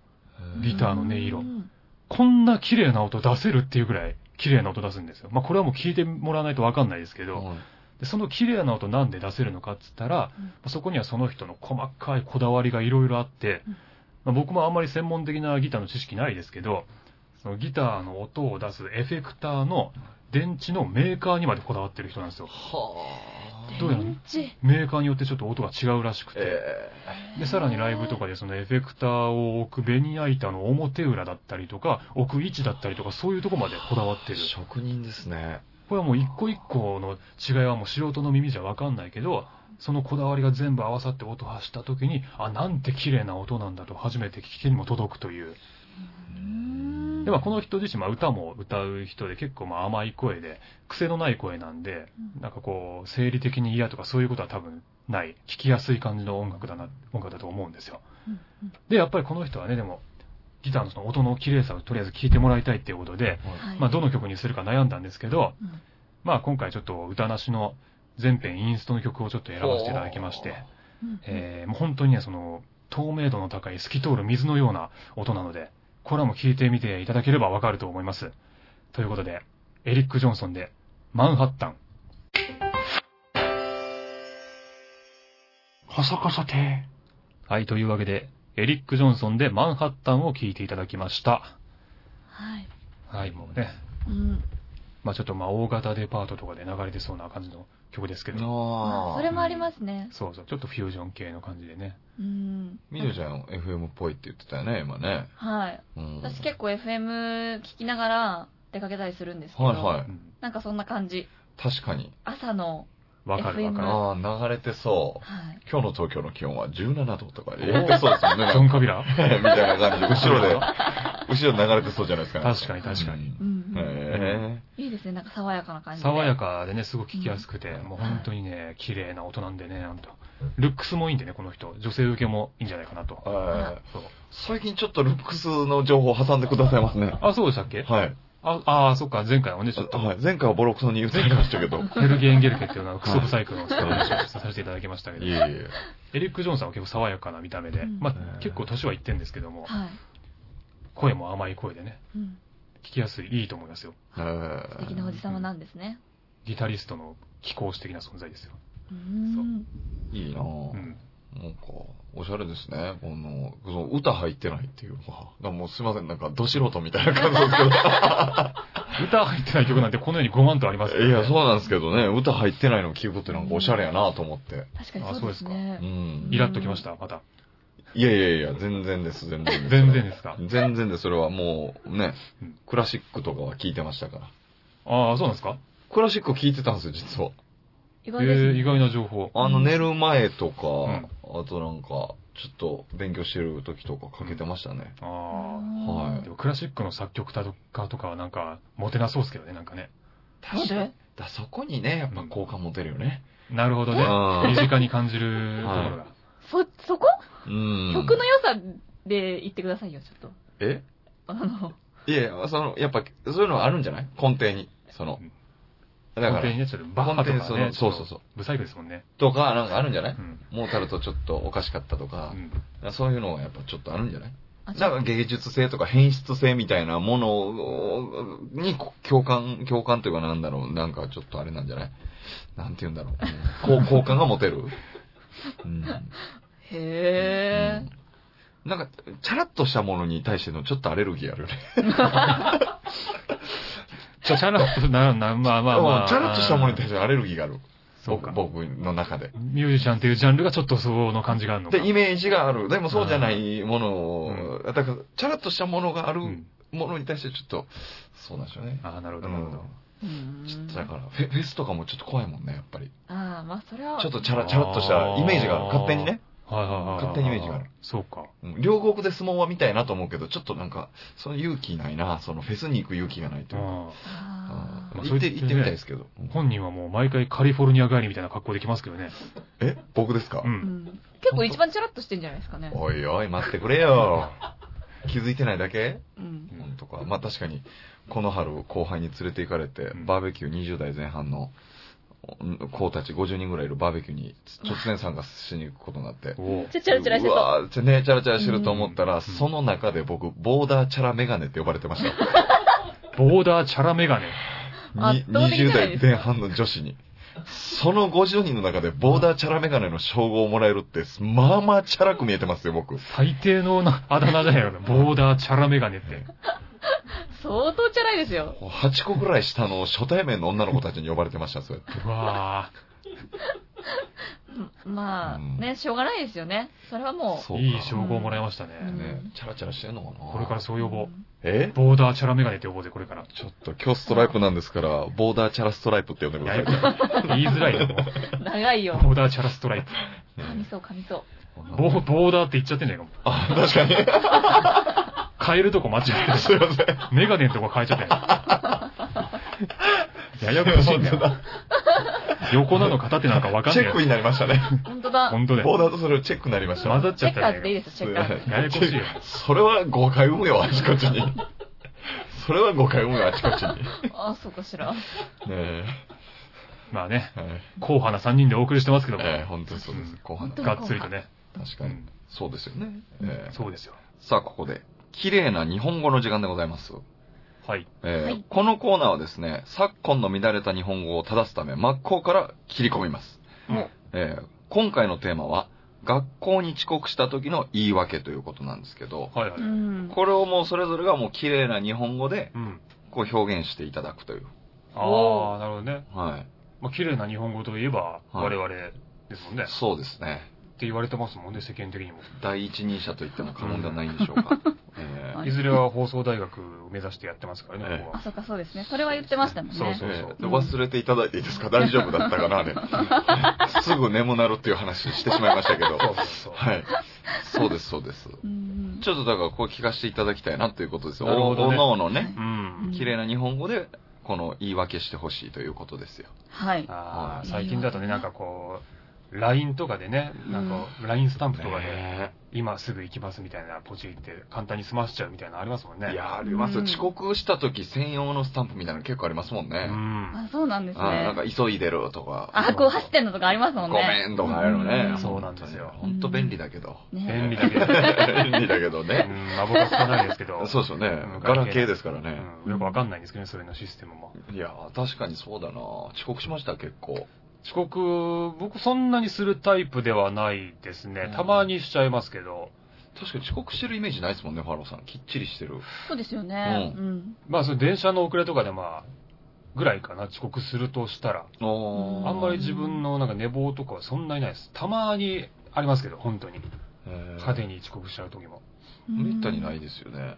[SPEAKER 2] ん
[SPEAKER 1] ギターの音色
[SPEAKER 3] うん
[SPEAKER 1] こんな綺麗な音出せるっていうぐらい綺麗な音出すんですよ。まあこれはもう聞いてもらわないとわかんないですけど、
[SPEAKER 2] はい
[SPEAKER 1] でその綺麗な音なんで出せるのかっつったら、
[SPEAKER 3] うん
[SPEAKER 1] そこにはその人の細かいこだわりがいろいろあって
[SPEAKER 3] うん、
[SPEAKER 1] まあ僕もあんまり専門的なギターの知識ないですけど、そのギターの音を出すエフェクターの電池のメーカーにまでこだわってる人なんですよ。
[SPEAKER 2] はあ。
[SPEAKER 1] どうやら
[SPEAKER 3] 電池
[SPEAKER 1] メーカーによってちょっと音が違うらしくて、
[SPEAKER 2] え
[SPEAKER 1] で、さらにライブとかでそのエフェクターを置くベニヤ板の表裏だったりとか、置く位置だったりとか、そういうとこまでこだわって
[SPEAKER 2] え
[SPEAKER 1] る。
[SPEAKER 2] 職人ですね。
[SPEAKER 1] これはもう一個一個の違いはもう素人の耳じゃわかんないけど、そのこだわりが全部合わさって音発した時に、あ、なんて綺麗な音なんだと初めて聞きにも届くという。
[SPEAKER 3] うん
[SPEAKER 1] で、まあこの人自身、まあ歌も歌う人で結構まあ甘い声で、癖のない声なんで、なんかこう、生理的に嫌とかそういうことは多分ない、聞きやすい感じの音楽だな、音楽だと思うんですよ。
[SPEAKER 3] うんうん
[SPEAKER 1] で、やっぱりこの人はね、でも、ギターのその音の綺麗さをとりあえず聞いてもらいたいっていうことで、
[SPEAKER 3] はい
[SPEAKER 1] まあどの曲にするか悩んだんですけど、
[SPEAKER 3] うん
[SPEAKER 1] まあ今回ちょっと歌なしの全編インストの曲をちょっと選ばせていただきまして、
[SPEAKER 3] うん
[SPEAKER 1] えーもう本当にね、その、透明度の高い透き通る水のような音なので、これはもう聴いてみていただければわかると思います。ということで、エリック・ジョンソンで、マンハッタン。
[SPEAKER 4] こそこそて。
[SPEAKER 1] はい、というわけで、エリック・ジョンソンでマンハッタンを聴いていただきました。
[SPEAKER 3] はい。
[SPEAKER 1] はい、もうね、
[SPEAKER 3] うん。
[SPEAKER 1] まあちょっとまあ大型デパートとかで流れてそうな感じの曲ですけど、
[SPEAKER 2] あ
[SPEAKER 3] まあ
[SPEAKER 2] あ。
[SPEAKER 3] それもありますね。
[SPEAKER 1] そうそう、ちょっとフュージョン系の感じでね。
[SPEAKER 3] うん。
[SPEAKER 2] みどりちゃん、FM っぽいって言ってたよね、今ね。
[SPEAKER 3] はい。
[SPEAKER 2] うん
[SPEAKER 3] 私結構 FM 聞きながら出かけたりするんですけど。
[SPEAKER 2] はいは
[SPEAKER 1] う
[SPEAKER 2] い。
[SPEAKER 1] ん
[SPEAKER 3] なんかそんな感じ。
[SPEAKER 2] 確かに。
[SPEAKER 3] 朝の、
[SPEAKER 1] わ、かるわかる。
[SPEAKER 2] ああ、流れてそう。
[SPEAKER 3] はい。
[SPEAKER 2] 今日の東京の気温は17度とか言ってそうで すもんね。
[SPEAKER 1] ジョン・カビラ
[SPEAKER 2] みたいな感じ。後ろで、後ろで流れてそうじゃないですか、
[SPEAKER 1] 確かに確かに
[SPEAKER 2] うん。
[SPEAKER 3] うんうん。
[SPEAKER 2] へ
[SPEAKER 3] いいですね。なんか爽やかな感じで。
[SPEAKER 1] 爽やかでね、すごく聞きやすくて、
[SPEAKER 2] うん
[SPEAKER 1] もう本当にね、綺麗な音なんでね、なんと。ルックスもいいんでね、この人。女性受けもいいんじゃないかなと
[SPEAKER 2] え。。はい
[SPEAKER 1] そう。
[SPEAKER 2] 最近ちょっとルックスの情報を挟んでくださいますね。
[SPEAKER 1] あ、そうでしたっけ
[SPEAKER 2] はい。
[SPEAKER 1] あ、あーそっか、前回はね、ちょっ と、
[SPEAKER 2] はい。前回はボロクソに言ってましたけど。い
[SPEAKER 1] ヘルゲ・エンゲルケっていうのはクソブサイクの話をさせていただきましたけど
[SPEAKER 2] えい、え。
[SPEAKER 1] エリック・ジョンさんは結構爽やかな見た目で
[SPEAKER 3] うん、
[SPEAKER 1] ま
[SPEAKER 2] う
[SPEAKER 1] あ
[SPEAKER 2] ん
[SPEAKER 1] 結構年はいってんですけども、
[SPEAKER 3] はい。
[SPEAKER 1] 声も甘い声でね、
[SPEAKER 3] うん。
[SPEAKER 1] 聞きやすい、いいと思いますよ。
[SPEAKER 3] 素敵なおじさまなんですね。
[SPEAKER 1] ギタリストの貴公子的な存在ですよ。
[SPEAKER 3] うん。
[SPEAKER 2] いいなぁ
[SPEAKER 1] う。ん。
[SPEAKER 2] なんか、おしゃれですね。この、その歌入ってないっていうのが。なんかもうすいません、なんか、ど素人みたいな感 じです
[SPEAKER 1] 歌入ってない曲なんてこの世に5万とあります
[SPEAKER 2] け
[SPEAKER 1] か
[SPEAKER 2] ど。
[SPEAKER 1] ら
[SPEAKER 2] い
[SPEAKER 1] ね
[SPEAKER 2] や、そうなんですけどね、歌入ってないのを聞くってなんかおしゃれやなと思って。
[SPEAKER 3] 確か
[SPEAKER 1] あ
[SPEAKER 3] にそうです
[SPEAKER 2] う
[SPEAKER 3] ね。
[SPEAKER 2] ん。
[SPEAKER 1] イラッときました、また。
[SPEAKER 2] いやいやいや、全然です、全然です。
[SPEAKER 1] 全然ですか。
[SPEAKER 2] 全然です、それはもう、ね
[SPEAKER 1] うん、
[SPEAKER 2] クラシックとかは聞いてましたから。
[SPEAKER 1] ああ、そうなんですか
[SPEAKER 2] クラシック聞いてたんですよ、実は。
[SPEAKER 3] 意
[SPEAKER 1] え
[SPEAKER 3] 外ですね。
[SPEAKER 1] ー、意外な情報。
[SPEAKER 2] あの、寝る前とか、
[SPEAKER 1] ん
[SPEAKER 2] あとなんか、ちょっと勉強してる時とかかけてましたね。
[SPEAKER 1] あ
[SPEAKER 2] は
[SPEAKER 1] あ。でもクラシックの作曲家とかとかはなんか、モテなそうですけどね、なんかね。
[SPEAKER 3] なんで
[SPEAKER 2] だそこにね、やっぱ好感持てるよね。
[SPEAKER 1] なるほどね。
[SPEAKER 2] あー
[SPEAKER 1] 身近に感じるところが。
[SPEAKER 3] そ、そこ
[SPEAKER 2] うん。
[SPEAKER 3] 曲の良さで言ってくださいよ、ちょっと。
[SPEAKER 2] え
[SPEAKER 3] あの、
[SPEAKER 2] いやいや、その、やっぱ、そういうのはあるんじゃない根底に。その
[SPEAKER 1] うん。
[SPEAKER 2] だから
[SPEAKER 1] 本当、にね、ちょっとバッハと
[SPEAKER 2] 本当
[SPEAKER 1] かね
[SPEAKER 2] に、そのそうそうそう
[SPEAKER 1] ちょっとブサイクですもんね。
[SPEAKER 2] とか、なんかあるんじゃな
[SPEAKER 1] う
[SPEAKER 2] い
[SPEAKER 1] ん。
[SPEAKER 2] モータルとちょっとおかしかったとか
[SPEAKER 1] う、ん
[SPEAKER 2] そういうのはやっぱちょっとあるんじゃない
[SPEAKER 3] あ
[SPEAKER 2] だから芸術性とか変質性みたいなものをにこ共感、共感というかなんだろう、なんかちょっとあれなんじゃないなんて言うんだろう。 こう好感が持てる。うん。
[SPEAKER 3] へえ。
[SPEAKER 2] なんか、チャラッとしたものに対してのちょっとアレルギーあるよね。
[SPEAKER 1] ちゃ、チャラッとな、な、まあまあま
[SPEAKER 2] う
[SPEAKER 1] あ。
[SPEAKER 2] ん チャラッとしたものに対してアレルギーがある。
[SPEAKER 1] そうか。
[SPEAKER 2] 僕僕の中で。
[SPEAKER 1] ミュージシャンっていうジャンルがちょっとそうの感じがあるのか。
[SPEAKER 2] で、イメージがある。でもそうじゃないものを、だから、チャラッとしたものがある
[SPEAKER 1] うん
[SPEAKER 2] ものに対してちょっと、そうなんですよね。
[SPEAKER 1] ああ、なるほ
[SPEAKER 2] う
[SPEAKER 1] ど、なるほ
[SPEAKER 2] ん
[SPEAKER 1] ど。。
[SPEAKER 3] うん
[SPEAKER 2] ちょっとだから、フェフェスとかもちょっと怖いもんね、やっぱり。
[SPEAKER 3] ああ、まあ、それは。
[SPEAKER 2] ちょっとチャラ、チャラッとしたイメージがある。勝手にね。
[SPEAKER 1] はいはいはい。
[SPEAKER 2] 勝手にイメージがある。
[SPEAKER 1] そうか。
[SPEAKER 2] うん両国で相撲は見たいなと思うけど、ちょっとなんか、その勇気ないな、そのフェスに行く勇気がないと
[SPEAKER 1] う
[SPEAKER 2] いうか。
[SPEAKER 1] ん。
[SPEAKER 3] あ
[SPEAKER 2] うん
[SPEAKER 1] まあ
[SPEAKER 3] あ。
[SPEAKER 1] そ
[SPEAKER 2] 行
[SPEAKER 1] う
[SPEAKER 2] って、
[SPEAKER 1] 言ってね
[SPEAKER 2] 行ってみたいですけど。うん
[SPEAKER 1] 本人はもう毎回カリフォルニア帰りみたいな格好できますけどね。
[SPEAKER 2] え僕ですか
[SPEAKER 1] う。
[SPEAKER 3] うんん結構一番チャラッとしてんじゃないですかね。
[SPEAKER 2] おいおい、待ってくれよ。 気づいてないだけ
[SPEAKER 3] うん。
[SPEAKER 1] うん
[SPEAKER 2] とか、まあ確かに、この春後輩に連れて行かれて、
[SPEAKER 1] うん
[SPEAKER 2] バーベキュー20代前半のうん子たち50人ぐらいいるバーベキューに突然参加しに行くことになって。
[SPEAKER 1] おう
[SPEAKER 3] ちょ、チャラチャラして
[SPEAKER 2] う
[SPEAKER 3] そ
[SPEAKER 2] わーちゃね、チャラチャラしてると思ったら、その中で僕、ボーダーチャラメガネって呼ばれてました。
[SPEAKER 1] ボーダーチャラメガネ。
[SPEAKER 2] に
[SPEAKER 3] 圧倒的じ
[SPEAKER 2] 20
[SPEAKER 3] ゃないで
[SPEAKER 2] 代
[SPEAKER 3] すか
[SPEAKER 2] 前半の女子に。その50人の中でボーダーチャラメガネの称号をもらえるって、まあまあチャラく見えてますよ、僕。
[SPEAKER 1] 最低のなあだ名だよ。ボーダーチャラメガネって。
[SPEAKER 3] う。相当チャラいですよ。
[SPEAKER 2] 8個ぐらい下の初対面の女の子たちに呼ばれてました、それ。
[SPEAKER 1] うわ
[SPEAKER 3] うんまあ、
[SPEAKER 2] うん
[SPEAKER 3] ね、しょうがないですよね。それはもう。
[SPEAKER 2] そう
[SPEAKER 1] ー
[SPEAKER 2] か
[SPEAKER 1] いい称号もらいましたね。
[SPEAKER 2] ね、チャラチャラしてんのかな
[SPEAKER 1] これからそう呼ぼう。
[SPEAKER 2] え
[SPEAKER 1] ボーダーチャラメガネって呼ぼうぜ、これから。
[SPEAKER 2] ちょっと今日ストライプなんですから、ボーダーチャラストライプって呼んでくだ
[SPEAKER 1] や
[SPEAKER 2] さ
[SPEAKER 1] や
[SPEAKER 2] い
[SPEAKER 1] こ。 しい言いづらいよ、も。
[SPEAKER 3] うん長いうよ。
[SPEAKER 1] ボーダーチャラストライプ。
[SPEAKER 3] 噛みそう、噛みそう。
[SPEAKER 1] ボーボーダーって言っちゃってんじゃねえ
[SPEAKER 2] あ、確かに。
[SPEAKER 1] かも。変えるとこ間違えて
[SPEAKER 2] すいません。
[SPEAKER 1] る。メガネのとこ変えちゃってんやや こしいんだ
[SPEAKER 2] 本当
[SPEAKER 1] よ。横なの片手なんかわかん
[SPEAKER 2] チ
[SPEAKER 1] な
[SPEAKER 2] ェック
[SPEAKER 1] い
[SPEAKER 2] になりましたね。
[SPEAKER 3] 本当だ。
[SPEAKER 1] 本当だ
[SPEAKER 2] ボ
[SPEAKER 1] よ。
[SPEAKER 2] ーダーとそれをチェックになりました。
[SPEAKER 1] 混ざっち
[SPEAKER 3] チ
[SPEAKER 1] ゃ
[SPEAKER 3] ェ
[SPEAKER 1] っ
[SPEAKER 3] ッ
[SPEAKER 1] た
[SPEAKER 3] カ
[SPEAKER 1] ら
[SPEAKER 3] ーズでいいです、チェッカーズ。
[SPEAKER 1] ややこしいよ
[SPEAKER 2] それは誤解生むよ、あちこち に。それは誤解生むよ、あちこちに。ね
[SPEAKER 3] あ、そうかしら。
[SPEAKER 2] え。
[SPEAKER 1] まあね、
[SPEAKER 2] はい
[SPEAKER 1] 硬派な3人でお送りしてますけども、
[SPEAKER 2] ええ、本当にそうです。後半
[SPEAKER 3] 本当
[SPEAKER 1] がっつりとね。
[SPEAKER 2] 確
[SPEAKER 1] う
[SPEAKER 2] かに。
[SPEAKER 1] ん、
[SPEAKER 2] そうですよね。ええ
[SPEAKER 1] そうですよ。
[SPEAKER 2] さあ、ここで、綺麗な日本語の時間でございます。
[SPEAKER 1] はい。
[SPEAKER 2] ええ
[SPEAKER 3] はい
[SPEAKER 2] このコーナーはですね、昨今の乱れた日本語を正すため、真っ向から切り込みます。
[SPEAKER 1] うん
[SPEAKER 2] ええ今回のテーマは、学校に遅刻した時の言い訳ということなんですけど、
[SPEAKER 1] はいはい。
[SPEAKER 3] ん
[SPEAKER 2] これをもうそれぞれがもう綺麗な日本語で
[SPEAKER 1] うん。
[SPEAKER 2] こう表現していただくという。
[SPEAKER 1] ああ、なるほどね。
[SPEAKER 2] はい。
[SPEAKER 1] まあ、綺麗な日本語といえば、
[SPEAKER 2] は
[SPEAKER 1] 我
[SPEAKER 2] い
[SPEAKER 1] 々ですもんね。っ
[SPEAKER 2] そうですね。
[SPEAKER 1] て言われてますもんね、世間的にも。
[SPEAKER 2] 第一人者と言っても過言ではないんでしょうか。え
[SPEAKER 3] はい
[SPEAKER 1] いずれは放送大学を目指してやってますから
[SPEAKER 2] ええ
[SPEAKER 1] ね、ここ
[SPEAKER 3] あ、
[SPEAKER 1] は。
[SPEAKER 3] そうか、そうですね。それは言ってましたもんね。
[SPEAKER 1] そう
[SPEAKER 2] え
[SPEAKER 1] そう
[SPEAKER 2] ええ忘れていただいていいですか大丈夫だったかなあれ。 すぐ眠なるっていう話してしまいましたけど。
[SPEAKER 1] そうそうそう。
[SPEAKER 2] はい。そうです、そうです。
[SPEAKER 3] うん
[SPEAKER 2] ちょっとだからこう聞かせていただきたいなということですよ。
[SPEAKER 1] なるほどね
[SPEAKER 2] おのおのね
[SPEAKER 1] う、
[SPEAKER 3] うん
[SPEAKER 1] ん。
[SPEAKER 2] 綺麗な日本語でこの言い訳してほしいということですよ。
[SPEAKER 3] はい。
[SPEAKER 1] あ
[SPEAKER 2] はい
[SPEAKER 1] ー最近だとね、なんかこう、LINE とかでね、なんか、LINE スタンプとかで、
[SPEAKER 2] ね
[SPEAKER 1] 今すぐ行きますみたいな、ポチって簡単に済ませちゃうみたいなのありますもんね。
[SPEAKER 2] いやー、ありますよ。
[SPEAKER 3] うん
[SPEAKER 2] 遅刻した時専用のスタンプみたいなの結構ありますもん
[SPEAKER 1] う
[SPEAKER 2] ね。
[SPEAKER 1] ん。
[SPEAKER 3] あ、そうなんで
[SPEAKER 2] あ
[SPEAKER 3] す
[SPEAKER 2] ーなん
[SPEAKER 3] ね
[SPEAKER 2] か。急いでるとか、
[SPEAKER 3] あ、こう走ってんのとかありますもん
[SPEAKER 2] ご
[SPEAKER 3] ね。
[SPEAKER 2] めんとかあるよね
[SPEAKER 3] う。ん
[SPEAKER 1] そうなんですよ
[SPEAKER 2] 本当便利だけど。
[SPEAKER 1] 便利
[SPEAKER 3] ね
[SPEAKER 1] だ けど、う
[SPEAKER 2] 便利だけどね。
[SPEAKER 1] ん、まぼかつかないですけど。
[SPEAKER 2] そうですよね
[SPEAKER 1] ん。
[SPEAKER 2] ガラケーですからね。
[SPEAKER 1] うん、よくわかんないんですけどね、それのシステムも。
[SPEAKER 2] いやー、確かにそうだな遅刻しました、結構。
[SPEAKER 1] 遅刻、僕そんなにするタイプではないです
[SPEAKER 2] うん
[SPEAKER 1] ね。たまにしちゃいますけど。
[SPEAKER 2] 確かに遅刻してるイメージないですもんね、ファローさん。きっちりしてる。
[SPEAKER 3] そうですよね。
[SPEAKER 2] う
[SPEAKER 3] うん。
[SPEAKER 1] まあ、それ電車の遅れとかでまあ、ぐらいかな、遅刻するとしたら。
[SPEAKER 2] お
[SPEAKER 3] うん
[SPEAKER 1] あんまり自分のなんか寝坊とかはそんなにないです。たまにありますけど、本当に。派手に遅刻しちゃう時も。
[SPEAKER 2] めったにない
[SPEAKER 3] い。
[SPEAKER 2] ですよね。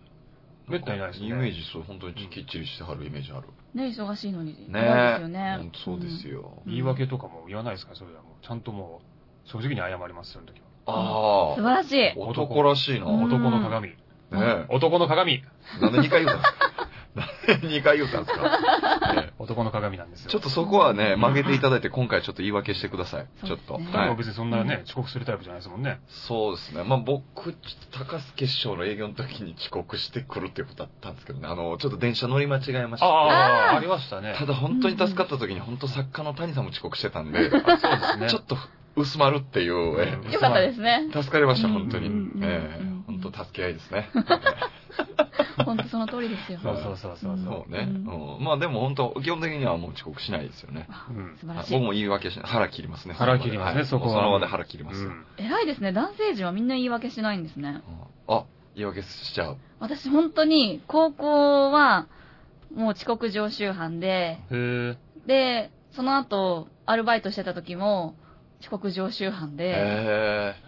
[SPEAKER 1] めったにないですね
[SPEAKER 2] イメージ、そう、本当にきっちりしてはるイメージある。
[SPEAKER 3] ね、忙しいのに。
[SPEAKER 2] ね
[SPEAKER 3] ないですよね
[SPEAKER 2] ほんと。そうですよ。
[SPEAKER 3] よ。うん
[SPEAKER 1] 言い訳とかも言わないですから、それはもう。ちゃんともう、正直に謝ります、その時は。
[SPEAKER 2] あ
[SPEAKER 3] 素晴
[SPEAKER 2] あ、
[SPEAKER 3] らしい。
[SPEAKER 2] 男らしいな。
[SPEAKER 3] うん
[SPEAKER 2] ね
[SPEAKER 1] 男の鏡。
[SPEAKER 2] え
[SPEAKER 1] 男の鏡
[SPEAKER 2] なんで2回言うたん ですかなんで2回言うたんですか、ね
[SPEAKER 1] 男の鏡なんですよ。
[SPEAKER 2] ちょっとそこはね、曲げていただいて、今回ちょっと言い訳してください。ち
[SPEAKER 3] そ
[SPEAKER 2] ょ
[SPEAKER 3] う
[SPEAKER 2] っ
[SPEAKER 3] ですね
[SPEAKER 2] と。
[SPEAKER 1] で
[SPEAKER 2] は
[SPEAKER 1] も
[SPEAKER 2] い。
[SPEAKER 1] 別にそんなね、遅刻するタイプじゃないですもんね。
[SPEAKER 2] そうですね。まあ僕、ちょっと高須決勝の営業の時に遅刻してくるっていうことだったんですけどね。あの、ちょっと電車乗り間違えました。
[SPEAKER 1] ああ、ありましたね。
[SPEAKER 2] ただ本当に助かった時に、本当作家の谷さんも遅刻してたんで、
[SPEAKER 1] あそうですね。
[SPEAKER 2] ちょっと薄まるっていうう、え
[SPEAKER 1] ん
[SPEAKER 3] よかったですね
[SPEAKER 2] え。助かりました、本当に
[SPEAKER 1] うん
[SPEAKER 3] う。ん
[SPEAKER 2] ええ
[SPEAKER 3] うん、
[SPEAKER 2] 本当助け合いですね。
[SPEAKER 3] 本当その通りですよ。
[SPEAKER 1] そうそうそうそう。
[SPEAKER 3] ん
[SPEAKER 2] そうね。
[SPEAKER 3] うん
[SPEAKER 2] うんまあでも本当、基本的にはもう遅刻しないですよね。
[SPEAKER 1] うん
[SPEAKER 3] 素晴らし
[SPEAKER 2] 僕
[SPEAKER 3] い。
[SPEAKER 2] も言い訳しない。腹切りますね。
[SPEAKER 1] 腹切りますね
[SPEAKER 2] はい
[SPEAKER 1] そこは
[SPEAKER 2] もうその場で腹切ります
[SPEAKER 1] う
[SPEAKER 2] よ。
[SPEAKER 1] ん
[SPEAKER 3] 偉いですね。男性陣はみんな言い訳しないんですね。
[SPEAKER 2] あ、言い訳しちゃう。
[SPEAKER 3] 私本当に、高校は、もう遅刻常習犯で、
[SPEAKER 1] へえ。
[SPEAKER 3] で、その後、アルバイトしてた時も、遅刻常習犯で、
[SPEAKER 2] へ
[SPEAKER 1] へ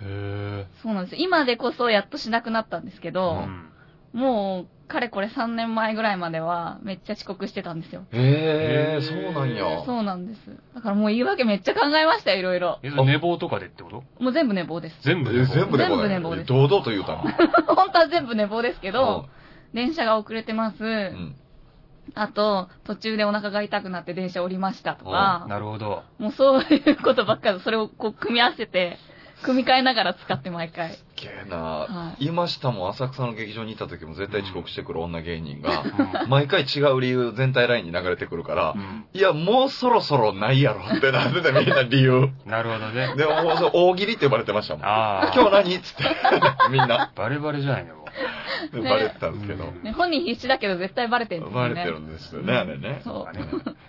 [SPEAKER 1] え。
[SPEAKER 3] そうなんですよ。今でこそやっとしなくなったんですけ
[SPEAKER 1] う
[SPEAKER 3] ど、
[SPEAKER 1] ん。
[SPEAKER 3] もう、かれこれ3年前ぐらいまでは、めっちゃ遅刻してたんですよ。
[SPEAKER 2] え。へ
[SPEAKER 1] へ
[SPEAKER 2] え、
[SPEAKER 1] ー
[SPEAKER 2] そうなんや。
[SPEAKER 3] そうなんです。だからもう言い訳めっちゃ考えましたよ、いろいろ。
[SPEAKER 1] え、それ寝坊とかでってこと
[SPEAKER 3] もう全部寝坊です。
[SPEAKER 1] 全部
[SPEAKER 2] え全部でこ
[SPEAKER 3] 全部
[SPEAKER 2] れ
[SPEAKER 3] ね
[SPEAKER 2] 堂々と言うたの。
[SPEAKER 3] 本当は全部寝坊ですけど、電車が遅れてます。
[SPEAKER 2] うんうん。
[SPEAKER 3] あと、途中でお腹が痛くなって電車降りましたと
[SPEAKER 1] な
[SPEAKER 3] か、
[SPEAKER 1] るほど。
[SPEAKER 3] もうそういうことばっかり、それをこう組み合わせて、組み替えながら使って毎回。
[SPEAKER 2] すっげえな。
[SPEAKER 3] はい。
[SPEAKER 2] 今下も浅草の劇場にいた時も絶対遅刻してくる女芸人が
[SPEAKER 1] う、ん
[SPEAKER 2] 毎回違う理由全体ラインに流れてくるから
[SPEAKER 1] う、ん。
[SPEAKER 2] いや、もうそろそろないやろってなっててみんな理由。
[SPEAKER 1] なるほどね。
[SPEAKER 2] でも、もうそう大喜利って呼ばれてましたもん。
[SPEAKER 1] ああ。
[SPEAKER 2] 今日何っつって。 みんな。
[SPEAKER 1] バレバレじゃないのも
[SPEAKER 2] でバレてたんですけど。
[SPEAKER 1] うん
[SPEAKER 3] ね、本人必死だけど絶対バレてるんですよ
[SPEAKER 2] バ
[SPEAKER 3] ね。
[SPEAKER 2] レてるんですよね、あれね。
[SPEAKER 3] そう
[SPEAKER 1] う。ね。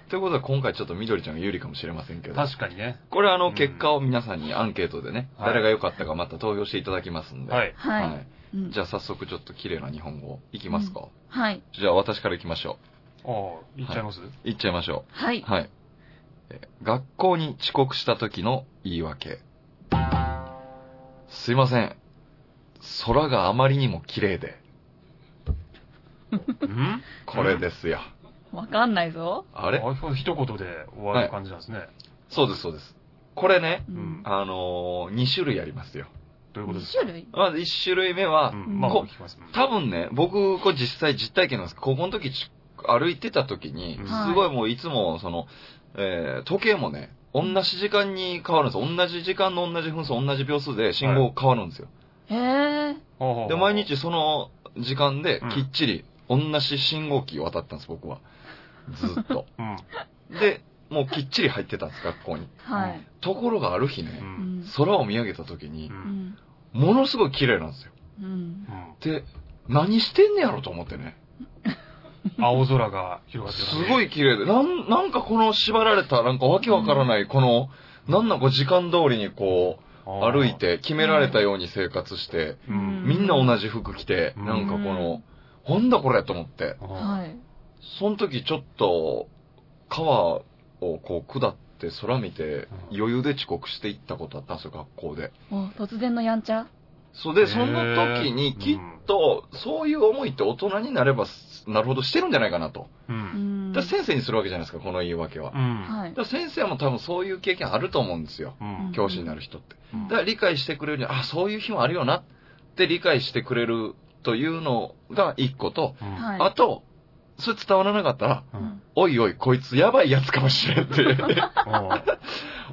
[SPEAKER 2] ということで今回ちょっと緑ちゃんが有利かもしれませんけど。
[SPEAKER 1] 確かにね。
[SPEAKER 2] これあ
[SPEAKER 1] う
[SPEAKER 2] の
[SPEAKER 1] ん
[SPEAKER 2] 結果を皆さんにアンケートでね、
[SPEAKER 1] はい
[SPEAKER 2] 誰が良かったかまた投票していただきますんで。
[SPEAKER 1] はい。
[SPEAKER 3] はい。
[SPEAKER 2] はい
[SPEAKER 3] うん
[SPEAKER 2] じゃあ早速ちょっと綺麗な日本語いきますか。
[SPEAKER 3] はい。
[SPEAKER 2] じゃあ私からいきましょ
[SPEAKER 1] ああ、言っちゃいます
[SPEAKER 2] う。いっちゃいましょ
[SPEAKER 3] は
[SPEAKER 2] う。
[SPEAKER 3] い。
[SPEAKER 2] はい。え学校に遅刻した時の言い訳。すいません。空があまりにも綺麗で。
[SPEAKER 1] うん
[SPEAKER 2] これですよ。
[SPEAKER 3] わかんないぞ。
[SPEAKER 2] あ
[SPEAKER 1] あれ
[SPEAKER 2] れ
[SPEAKER 1] 一言で終わる感じなんですね。
[SPEAKER 2] そうです、そうです。これね、
[SPEAKER 3] う
[SPEAKER 1] うん
[SPEAKER 3] ん。
[SPEAKER 2] あのー、2種類ありますよ。
[SPEAKER 1] どういうこと
[SPEAKER 3] 2
[SPEAKER 1] ですか
[SPEAKER 3] 種類
[SPEAKER 2] まず1種類目は、
[SPEAKER 1] うん。まあ、
[SPEAKER 2] こ
[SPEAKER 1] 聞きます。
[SPEAKER 2] 多分ね、僕、これ実際実体験なんですけど、高校の時ち歩いてた時に、
[SPEAKER 1] うん
[SPEAKER 2] すごいもういつも、その、えー時計もね、同じ時間に変わるんです。同じ時間の同じ分数、同じ秒数で信号変わるんですよ。
[SPEAKER 3] へえ。
[SPEAKER 1] 分
[SPEAKER 2] で、毎。日その時間で
[SPEAKER 1] うん
[SPEAKER 2] きっちり同じ信号機渡ったんです、僕は。ずっ と。
[SPEAKER 1] うん。
[SPEAKER 2] で、もうきっちり入ってたんです、学校に。
[SPEAKER 3] はい。
[SPEAKER 2] ところがある日
[SPEAKER 1] う
[SPEAKER 2] ね、
[SPEAKER 1] ん。
[SPEAKER 2] 空を見上げた時
[SPEAKER 1] う。
[SPEAKER 2] に、
[SPEAKER 3] うんん。
[SPEAKER 2] ものすごい綺麗なんですよ。
[SPEAKER 3] うん。
[SPEAKER 1] うん
[SPEAKER 2] で、何してんねやろと思ってね。
[SPEAKER 1] 青空が広がって
[SPEAKER 2] す
[SPEAKER 1] る、
[SPEAKER 2] ご
[SPEAKER 1] い。
[SPEAKER 2] い綺麗で、なん、なんかこの縛られた、なんかわけわからない、この、なんなんか時間通りにこう、歩い。て、決められたように生活して、
[SPEAKER 1] う。
[SPEAKER 3] うん
[SPEAKER 2] みんな同じ服着て、
[SPEAKER 1] うん
[SPEAKER 2] なんかこの、ほんだこれと思って、
[SPEAKER 1] あ
[SPEAKER 3] はい。
[SPEAKER 2] その時ちょっと、川をこう下って空見て、
[SPEAKER 1] うん
[SPEAKER 2] 余裕で遅刻していったことあったんですよ、学校で。
[SPEAKER 3] お、突然のやんちゃ
[SPEAKER 2] そうで、その時にきっと、そういう思いって大人になれば、なるほどしてるんじゃないかなと。
[SPEAKER 1] ーう。
[SPEAKER 3] うんん。
[SPEAKER 2] だから先生にするわけじゃないですか、この言い訳は
[SPEAKER 1] う。ん。
[SPEAKER 3] はいい
[SPEAKER 2] だ。から先生も多分そういう経験あると思うんですよ。
[SPEAKER 1] うん。
[SPEAKER 2] 教師になる人って。
[SPEAKER 1] うん
[SPEAKER 2] だから理解してくれるには、あ、そういう日もあるよなって理解してくれるというのが一個と、
[SPEAKER 1] うん。
[SPEAKER 3] はい。
[SPEAKER 2] あと、それ伝わらなかったら、
[SPEAKER 3] うん
[SPEAKER 2] おいおい、こいつやばいやつかもしれんって、
[SPEAKER 1] おう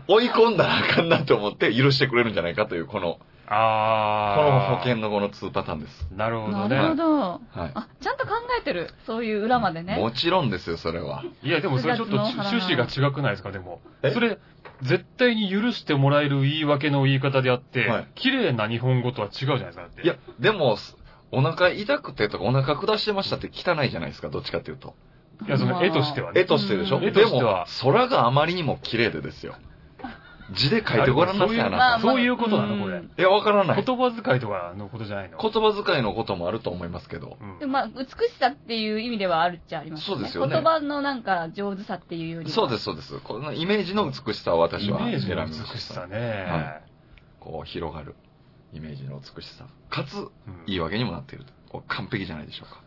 [SPEAKER 2] 追い込んだらあかんなと思って許してくれるんじゃないかという、この、
[SPEAKER 1] あ
[SPEAKER 2] この
[SPEAKER 1] あ。
[SPEAKER 2] 保険のこの2パターンです。
[SPEAKER 1] なるほど
[SPEAKER 3] な
[SPEAKER 1] ね
[SPEAKER 3] るほ。ど。
[SPEAKER 2] はい。
[SPEAKER 3] あ、ちゃんと考えてる。そういう裏までね
[SPEAKER 2] も。ちろんですよ、それは。
[SPEAKER 1] いや、でもそれちょっと
[SPEAKER 3] 複雑なお
[SPEAKER 1] 趣
[SPEAKER 3] 話
[SPEAKER 1] 旨が違くないですか、でも
[SPEAKER 2] え。
[SPEAKER 1] それ、絶対に許してもらえる言い訳の言い方であって
[SPEAKER 2] はい、
[SPEAKER 1] 綺麗な日本語とは違うじゃないですか、だって。
[SPEAKER 2] いや、、でも、お腹痛くてとかお腹下してましたって汚いじゃないですか、どっちかっていうと。
[SPEAKER 1] いやその絵としてはね。
[SPEAKER 2] 絵としてでしょ、
[SPEAKER 3] うん
[SPEAKER 1] 絵と
[SPEAKER 2] で
[SPEAKER 1] して
[SPEAKER 2] も
[SPEAKER 1] は、
[SPEAKER 2] 空があまりにも綺麗でですよ。字で書いてごらんなさい、あ
[SPEAKER 1] ま
[SPEAKER 2] なた。
[SPEAKER 1] そういうことなのこれ
[SPEAKER 3] うん
[SPEAKER 2] いや、わからない。言
[SPEAKER 1] 言葉遣いとかのことじゃないの。
[SPEAKER 2] 葉遣いのこともあると思いますけど。
[SPEAKER 1] うん
[SPEAKER 3] でもまあ、美しさっていう意味ではあるっちゃありますよ
[SPEAKER 2] そ
[SPEAKER 3] ね。
[SPEAKER 2] うですよね
[SPEAKER 3] 言葉のなんか上手さっていうよりは。
[SPEAKER 2] そうです、そうです。このイメージの美しさを私
[SPEAKER 1] イ
[SPEAKER 2] は
[SPEAKER 1] メー
[SPEAKER 2] 選
[SPEAKER 1] ジ
[SPEAKER 2] び
[SPEAKER 1] の
[SPEAKER 2] ま
[SPEAKER 1] 美
[SPEAKER 2] した。
[SPEAKER 1] しさね。
[SPEAKER 2] こう、広がる。イメージの美しさ。かつ、
[SPEAKER 1] うん
[SPEAKER 2] いいわけにもなっていると。こう完璧じゃないでしょうか。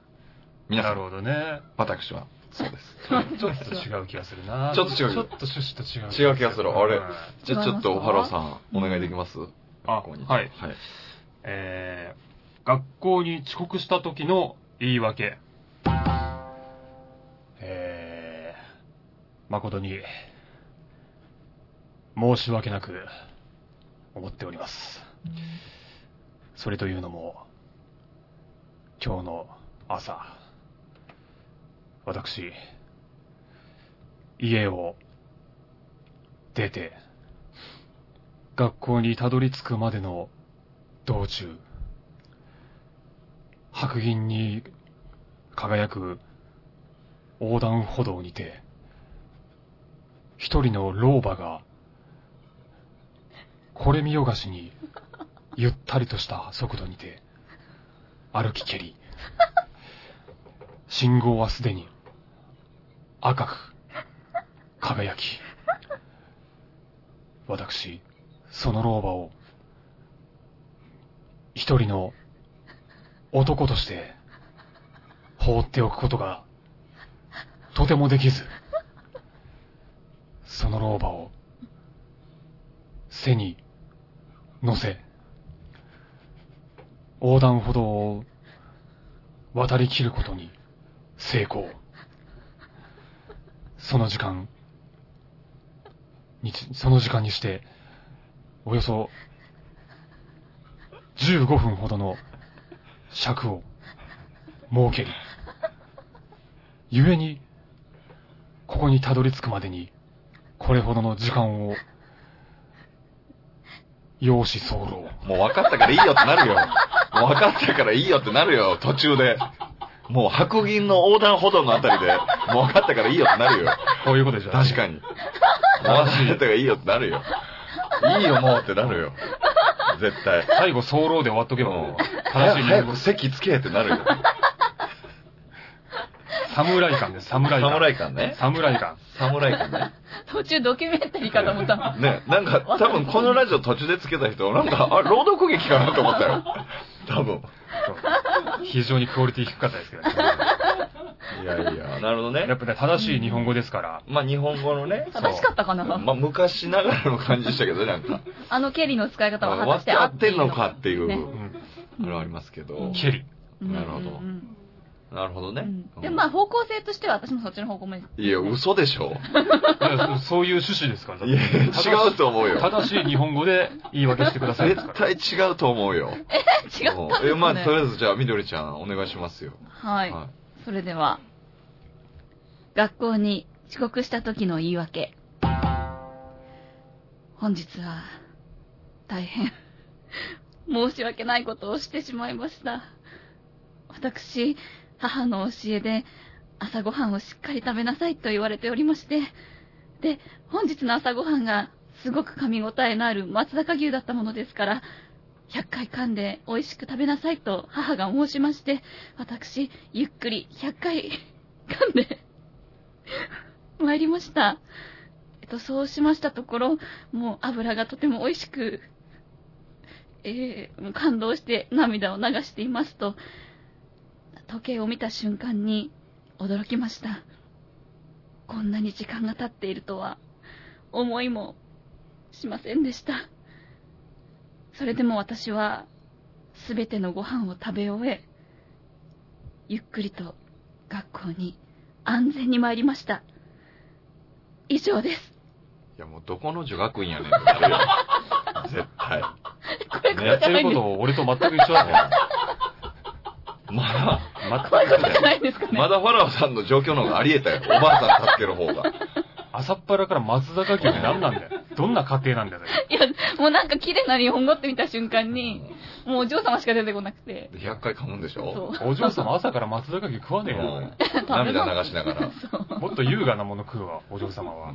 [SPEAKER 2] 皆さ、
[SPEAKER 1] なんるほど ね。
[SPEAKER 2] 私は、そうです。
[SPEAKER 1] ちょっと違う気がするな。
[SPEAKER 2] ちょっと違う
[SPEAKER 1] ちょっと趣旨と違う。
[SPEAKER 2] 違う気がするあれ
[SPEAKER 1] うん
[SPEAKER 2] じゃあちょっと、おはろうさん、お願いできます
[SPEAKER 1] あ
[SPEAKER 2] ここに
[SPEAKER 1] はい
[SPEAKER 2] はい。
[SPEAKER 1] えー、学校に遅刻した時の言い訳。えー、誠に、申し訳なく、思っております。それというのも、今日の朝、私、家を出て、学校にたどり着くまでの道中、白銀に輝く横断歩道にて、一人の老婆が、これ見よがしに、ゆったりとした速度にて、歩き蹴り。信号はすでに赤く輝き。私、その老婆を一人の男として放っておくことがとてもできず、その老婆を背に乗せ、横断歩道を渡り切ることに成功。その時間にち、その時間にして、およそ15分ほどの尺を設けり、故に、ここにたどり着くまでに、これほどの時間を、要し候。
[SPEAKER 2] もう分かったからいいよってなるよ。もう分かったからいいよってなるよ、途中で。もう白銀の横断歩道のあたりで、もう分かったからいいよってなるよ。
[SPEAKER 1] こういうことでしょ
[SPEAKER 2] 確かに。もう分かったからいいよってなるよ。いいよもうってなるよ。絶対。
[SPEAKER 1] 最後、早漏で終わっとけば
[SPEAKER 2] も
[SPEAKER 1] も
[SPEAKER 2] う
[SPEAKER 1] う、
[SPEAKER 2] 早
[SPEAKER 1] 正し
[SPEAKER 2] く
[SPEAKER 1] い
[SPEAKER 2] 早
[SPEAKER 1] 言
[SPEAKER 2] く
[SPEAKER 1] 語、
[SPEAKER 2] 席つけってなるよ。
[SPEAKER 1] 侍感です、侍感。
[SPEAKER 2] 侍感ね。
[SPEAKER 1] 侍感。
[SPEAKER 2] 侍感ね。
[SPEAKER 3] 途中ドキュメンタリーかと思った の。
[SPEAKER 2] ね、なんか、多分このラジオ途中でつけた人、なんか、あ、朗読劇かなと思ったよ。多分。
[SPEAKER 1] そう非常にクオリティ低かったですけどね。
[SPEAKER 2] いやいや、なるほど
[SPEAKER 1] や
[SPEAKER 2] ね
[SPEAKER 1] っ。ぱね、正しい日本語ですから。
[SPEAKER 2] まあ、日本語のね、
[SPEAKER 3] 正しかったかな、
[SPEAKER 2] まあ、昔ながらの感じでしたけどね、なんか。
[SPEAKER 3] あのケリーの使い方は果
[SPEAKER 2] 割
[SPEAKER 3] た
[SPEAKER 2] っ
[SPEAKER 3] してて
[SPEAKER 2] 合
[SPEAKER 3] 合
[SPEAKER 2] ってるのかっていう、
[SPEAKER 3] ね
[SPEAKER 1] うん。
[SPEAKER 2] あれはありますけど。
[SPEAKER 1] ケリ。
[SPEAKER 2] なるほど
[SPEAKER 3] うんうん
[SPEAKER 2] なるほど
[SPEAKER 3] う
[SPEAKER 2] ね
[SPEAKER 3] ん。でもまあ方向性としては私もそっちの方向も
[SPEAKER 2] い や、嘘でしょ。
[SPEAKER 1] だからそういう趣旨ですから。
[SPEAKER 2] いや、違うと思うよ。
[SPEAKER 1] 正しい日本語で言い訳してくださいですか
[SPEAKER 2] 絶
[SPEAKER 1] ら。
[SPEAKER 2] 対違うと思うよ。
[SPEAKER 3] 違ったんです
[SPEAKER 2] え、
[SPEAKER 3] ね。
[SPEAKER 2] まあ、とりあえずじゃあ、みどりちゃん、お願いしますよ。
[SPEAKER 3] はい。それでは、学校に遅刻した時の言い訳。本日は、大変、申し訳ないことをしてしまいました。私、母の教えで、朝ごはんをしっかり食べなさいと言われておりまして、で、本日の朝ごはんが、すごく噛み応えのある松坂牛だったものですから、100回噛んで美味しく食べなさいと母が申しまして、私、ゆっくり100回噛んで参りました。えっと、そうしましたところ、もう油がとても美味しく、えーもう感動して涙を流していますと、時計を見た瞬間に驚きました。こんなに時間が経っているとは、思いもしませんでした。それでも私は、すべてのご飯を食べ終え、ゆっくりと学校に安全に参りました。以上 です。
[SPEAKER 2] いや、もうどこの女学院やねんってなるよ。絶対。
[SPEAKER 3] これこ
[SPEAKER 1] や
[SPEAKER 3] れ
[SPEAKER 1] って
[SPEAKER 3] じゃな
[SPEAKER 1] る
[SPEAKER 3] い
[SPEAKER 1] こ
[SPEAKER 3] んです
[SPEAKER 1] と
[SPEAKER 3] か
[SPEAKER 1] を俺と全く一緒だね。全
[SPEAKER 2] まあ、
[SPEAKER 3] こういうこと
[SPEAKER 1] く
[SPEAKER 3] じゃないんですかね。
[SPEAKER 2] まだファラオさんの状況の方があり得たよ。おばあさん助ける方が。
[SPEAKER 1] 朝っぱらから松坂牛って何なんだよ。どんな家庭なんだよ。
[SPEAKER 3] いや、もうなんか綺麗な日本語って見た瞬間に、もうお嬢様しか出てこなくて。
[SPEAKER 2] で100回噛むんでし
[SPEAKER 3] そ
[SPEAKER 2] ょ
[SPEAKER 3] う。
[SPEAKER 1] お嬢様朝から松坂牛食わねえ
[SPEAKER 2] うん
[SPEAKER 1] よ。
[SPEAKER 2] 涙流しながら。
[SPEAKER 1] もっと優雅なもの食うわ、お嬢様は。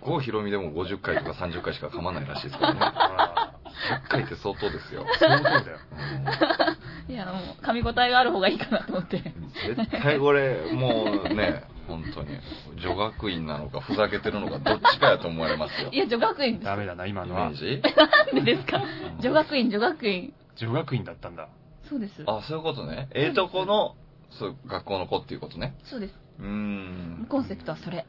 [SPEAKER 2] 郷ひろみでも50回とか30回しか噛まないらしいですからね。
[SPEAKER 1] ああ
[SPEAKER 2] 100回って相当ですよ。
[SPEAKER 1] 相当だよ。
[SPEAKER 2] うん
[SPEAKER 3] いや、もう噛み応えがある方がいいかなと 思って。
[SPEAKER 2] 絶対これ、もうね、本当に、女学院なのか、ふざけてるのか、どっちかやと思われますよ。
[SPEAKER 3] いや、女学院です。
[SPEAKER 1] ダメ だな、今
[SPEAKER 2] イメ
[SPEAKER 1] のは
[SPEAKER 2] ー。ジ
[SPEAKER 3] なんでですか女学院、女学院。
[SPEAKER 1] 女学院だったんだ。
[SPEAKER 3] そうです。
[SPEAKER 2] あ、そういうことね。ええとこの、そう、学校の子っていうことね。
[SPEAKER 3] そうです。
[SPEAKER 2] うーん。
[SPEAKER 3] コンセプトはそれ。